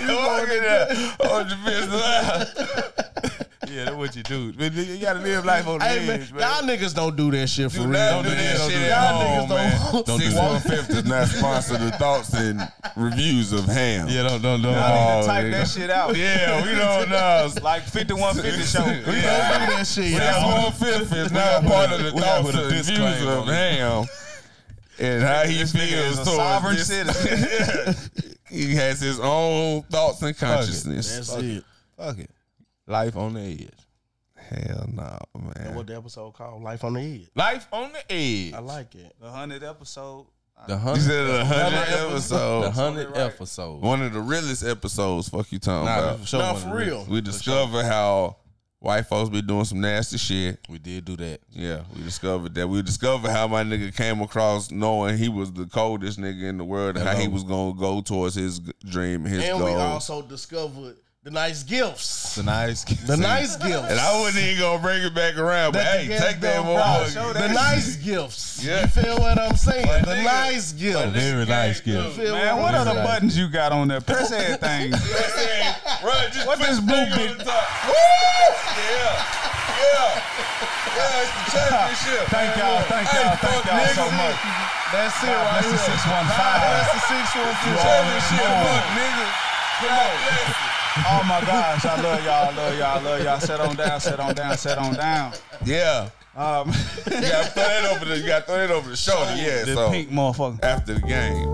D: You going to jail.
A: Hold your pistol out.
B: [LAUGHS] Yeah, that's what you do. But you gotta live life on the
D: Hey, man,
B: edge, man.
D: y'all niggas don't do that shit for
A: Do
D: real.
A: not do
D: man.
A: that
D: Don't
A: shit
D: do
A: at
D: that.
A: home, man.
D: Y'all niggas don't.
A: Six one fifth does not sponsor the thoughts and reviews of ham.
B: Yeah, don't, don't, don't.
A: Oh,
C: Type
A: nigga.
C: that shit [LAUGHS] out.
A: [LAUGHS] Yeah, we don't know.
C: Like 5150 show.
A: Yeah.
D: Don't do that shit.
A: That's
D: y'all.
A: one fifth is now part of the
B: we gotta
A: thoughts
B: put a
A: and views
B: disclaimer
A: of
B: on it.
A: ham and how he
C: This nigga
A: feels
C: is a
A: towards
C: sovereign
A: this.
C: citizen.
A: [LAUGHS] He has his own thoughts and consciousness.
D: That's it.
B: Fuck it. Life on the edge.
A: Hell no, man.
D: What the episode called? Life on the Head.
B: Life on the edge.
D: I like it.
C: The 100th episode.
B: the
A: You
B: hundred,
A: said a hundred
B: the
A: episodes.
B: hundred episode.
A: One of the realest episodes. Fuck you talking
B: Nah,
A: about.
B: for sure
D: Nah,
B: one
D: for
B: of the
D: real.
B: real.
A: We discover how white folks be doing some nasty shit.
B: We did do that.
A: Yeah, we discovered that. We discovered how my nigga came across knowing he was the coldest nigga in the world and how he was gonna go towards his g- dream, his
D: And
A: goal.
D: we also discovered the nice gifts.
B: The nice,
D: The nice gifts.
A: and I wasn't even gonna bring it back around, but
D: That
A: hey,
D: nigga
A: take that
D: dumb
C: show
A: motherfucker.
C: that
D: the nice gifts.
A: Yeah.
D: You feel what I'm saying? the
A: nigga-
D: nice gifts.
B: very nice
D: You
B: gift.
D: feel
C: Man,
D: I'm
C: what are the
D: saying?
C: buttons you got on there? Press [LAUGHS]
A: [LAUGHS]
C: everything.
A: Bruh, just
C: What
A: put
C: this
A: the
C: blue
A: thing on
C: bitch-
A: the top. [LAUGHS] Woo! Yeah, yeah, yeah. It's the championship.
C: Thank y'all, thank
A: Hey,
C: y'all,
A: fuck
C: thank y'all so
A: niggas.
C: much.
D: That's it
C: God
D: right
C: bless the
D: here.
C: 615.
A: That's the six one
C: You
A: two
C: already
A: championship,
C: know.
A: fuck nigga. Come on, listen.
C: Oh my gosh, I love y'all, I love y'all, I love y'all. Set on down, set on down, set on down.
A: Yeah.
C: Um, [LAUGHS]
A: You gotta throw that over the you gotta throw that over the shoulder, yeah.
C: the
A: so
C: pink motherfucker.
A: after the game.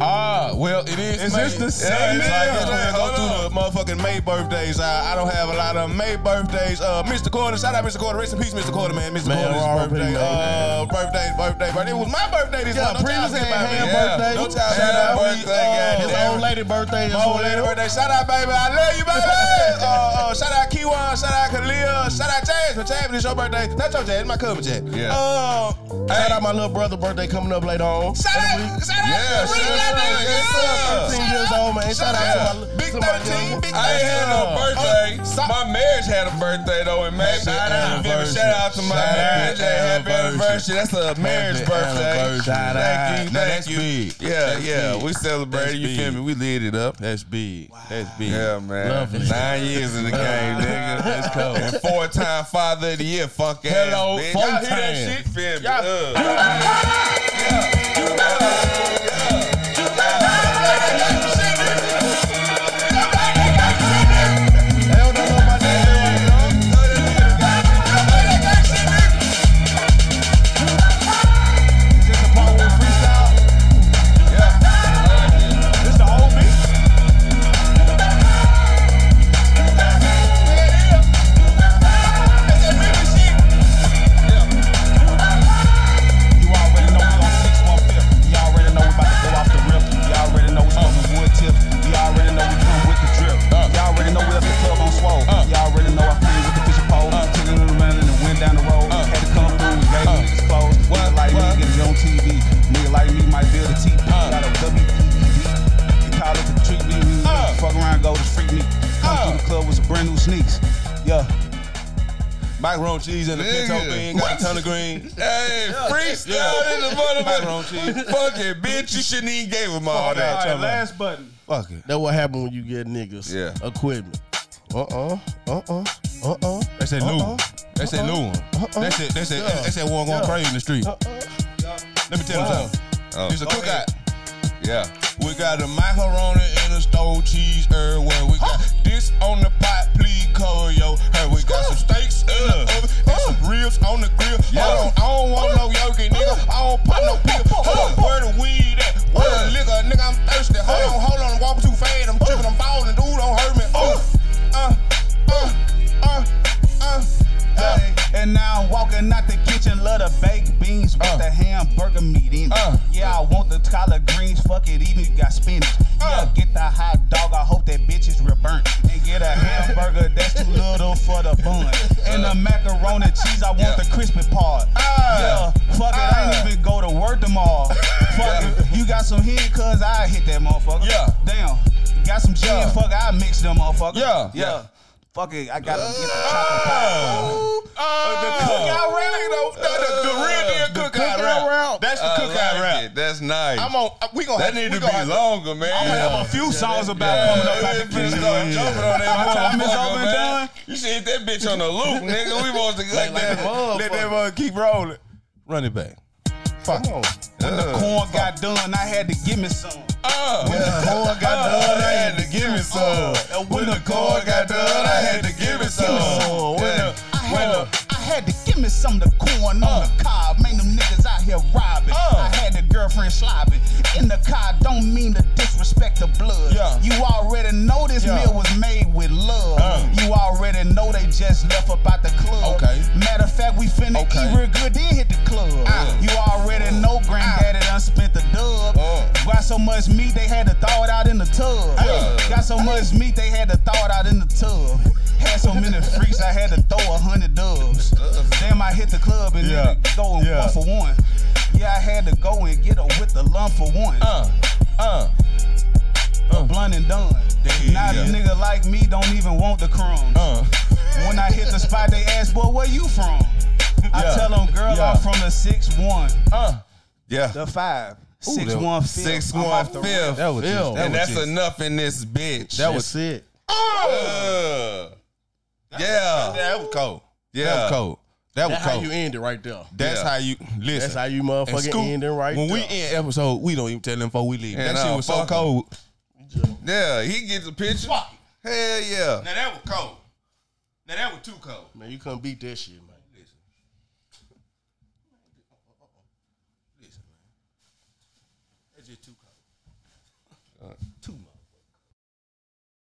B: Ah, well, it is.
C: Is
B: May.
C: this the same
B: Yeah, it's like
A: nigga?
B: this. We'll
A: Hold
B: go through the motherfucking May birthdays. I, I don't have a lot of May birthdays. Uh, Mr. Corner, shout out Mr. Corner. Rest in peace, Mr. Corner, man. Mr.
D: Man,
B: Corner's
D: R.I.P.,
B: birthday.
D: man.
B: Uh, birthday, birthday, birthday. It was my birthday this
D: Yeah,
B: month. No
D: Primus
B: child
D: had
B: about me.
D: hand
A: Yeah.
D: birthday.
B: No child
A: No time
B: shout out.
A: birthday,
B: We, uh,
A: goddamn.
D: His old lady birthday is
B: My old lady
D: well.
B: birthday. Shout out, baby. I love you, [LAUGHS] baby. uh, uh, shout out Kiwan. Shout out Khalil. Shout out Jasmine. Jasmine, it's your birthday. Not your Jasmine, my cousin Jasmine.
A: Yeah.
B: Uh,
D: Shout out my little brother birthday coming up later on.
B: shout
D: In
B: out,
D: a week.
B: shout out,
A: Yeah,
B: Really
A: shout
B: love
A: out,
B: that
A: yes,
B: girl.
A: sir.
D: 15 years old, man. Shout out to my
B: Big
D: to my
B: 13,
D: young-
B: big
A: I ain't had no birthday.
B: Stop.
A: my marriage had a birthday though in May.
B: Shout out.
A: Give a shout out to my
B: Shout out.
A: marriage. and Happy
B: Anniversary.
A: anniversary. That's a marriage
B: Happy
A: birthday.
B: anniversary. Shout
A: Thank you.
B: out. Now
A: Thank
B: that's
A: you.
B: big.
A: Yeah,
B: That's
A: yeah.
B: big.
A: We
B: That's
A: celebrated. You feel
B: big.
A: me? We lit it up.
B: That's big. That's big.
A: Yeah, man.
D: Lovely.
A: Nine years in the game, nigga.
B: That's cold.
A: And four time father of the year, fuck ass.
B: Hello,
A: bitch.
B: four
A: Y'all hear that
B: times.
A: shit? Feel me?
B: Y'all-
A: Ugh.
C: This the part where freestyle. Yeah. This the whole beat. You already know we on 615. Y'all already know we about to go off the rip. Y'all already know it's gonna be Uh,
H: Uh, uh, Uh,
C: E
H: uh,
A: macaroni cheese and the pinto bean, got a ton of greens.
B: Hey, freestyle in the
A: Macaroni cheese.
B: motherfucker. Fucking bitch, you shouldn't even gave him all
H: All
B: that.
H: right, last button.
A: Fuck it.
D: That what happen when you get niggas
B: Yeah.
D: equipment. Uh uh uh uh uh uh.
A: That's that new. one. That's that new one. That's that. That's that. That's that one going crazy in the street. Let me tell you something.
B: Oh.
A: It's a cookout.
B: Yeah.
A: We got a macaroni and a stove cheese everywhere. We got this on the pot, please cover yo. Hey, we got some steaks in the oven and some ribs on the grill. Hold on, I don't want no yogurt, nigga. I don't pop no pill. Hold on, where the weed at? Where the liquor, nigga? I'm thirsty. Hold on, hold on, I'm walking too fast. I'm tripping, I'm falling. Dude, don't hurt me. Ooh. Uh, uh, uh, uh. Hey.
C: And now I'm walking out the kitchen, love the baked beans with
A: Uh.
C: the hamburger meat in it.
A: Uh.
C: Yeah, I want the collard greens, fuck it, even if you got spinach.
A: Uh.
C: Yeah, get the hot dog, I hope that bitch is reburnt. And get a hamburger that's too little for the bun. And the macaroni cheese, I want
B: Yeah.
C: the crispy part.
A: Uh.
C: yeah, fuck it, I ain't even go to work tomorrow. fuck it, you got some hen, cuz I hit that motherfucker.
A: Yeah.
C: Damn, got some gin,
A: Yeah.
C: fuck I mix them motherfucker.
A: Yeah. Uh.
C: yeah. Fuck it, I gotta get the chocolate pie.
A: cookout route, the, the, the real deal
D: The
A: cookout,
D: cookout
A: route.
D: route.
A: That's the
B: I
A: cookout
B: like
A: route.
B: it. That's nice.
A: I'm on. uh, We gonna
B: that
A: have,
B: need
A: we
B: to
A: gonna
B: be
A: have-
B: longer, man.
C: I'm gonna have a few songs about coming up out the
B: Finna
C: kitchen.
B: start jumping on that
C: My time is
B: motherfucker,
C: over and
B: man.
C: done.
B: You should hit that bitch on the loop, nigga. [LAUGHS] We supposed to go
A: Let that let that mother keep rolling. Run it back. Fuck. Come on.
C: When the corn got done, I had to give me some.
A: Oh,
B: Uh, When [LAUGHS] the corn got done, I Uh, had to give it some.
C: And
B: When the corn got done, I had to give it some.
C: When
B: Yeah.
C: the, I had to, I had to give me some of the corn on the cob. Man, them niggas out here robbing. I had the girlfriend slobbing. In the car, don't mean to disrespect the blood.
A: Yeah.
C: You already know this meal was made with love. You already know they just left up out the club.
A: Okay.
C: Matter of fact, we finna
A: Okay.
C: eat real good, then hit the club. You already know granddaddy done spent the dub. Got so much meat, they had to thaw it out in the tub. Got so much meat, they had to thaw it out in the tub. Had so many freaks, I had to throw a hundred dubs. Damn, I hit the club and
A: Yeah.
C: then go
A: Yeah.
C: one for one. Yeah, I had to go and get a with the lump for one.
A: Uh. Uh.
C: a blunt and done.
A: Damn.
C: Now a nigga like me don't even want the crumbs.
A: Uh.
C: When I hit the spot, they ask, boy, where you from? I
A: Yeah.
C: tell them, girl,
A: Yeah.
C: I'm from the 6'1,
A: Uh.
B: Yeah.
C: the 5. 6'1 fifth.
B: Six
C: I'm
B: one
C: off the rip.
B: fifth.
D: That was just- that
B: And
D: was
B: that's
D: just-
B: enough in this bitch.
D: That was it.
B: Uh, Yeah.
A: That was cold. That was
B: Yeah.
A: cold. That was
D: That's how
A: cold.
D: you end it right there.
A: That's
B: Yeah.
A: how you listen.
D: That's how you
A: And
D: motherfucking
A: Scoop,
D: end it right
A: When
D: there.
A: we end episode, we don't even tell them before we leave.
B: Yeah,
A: that
B: nah,
A: shit was so
B: uh, fuck 'em.
A: cold.
B: Yeah. He gets a picture. Hell yeah.
A: Now that was cold. Now that was too cold.
D: man, you couldn't beat that shit, man.
A: That's just too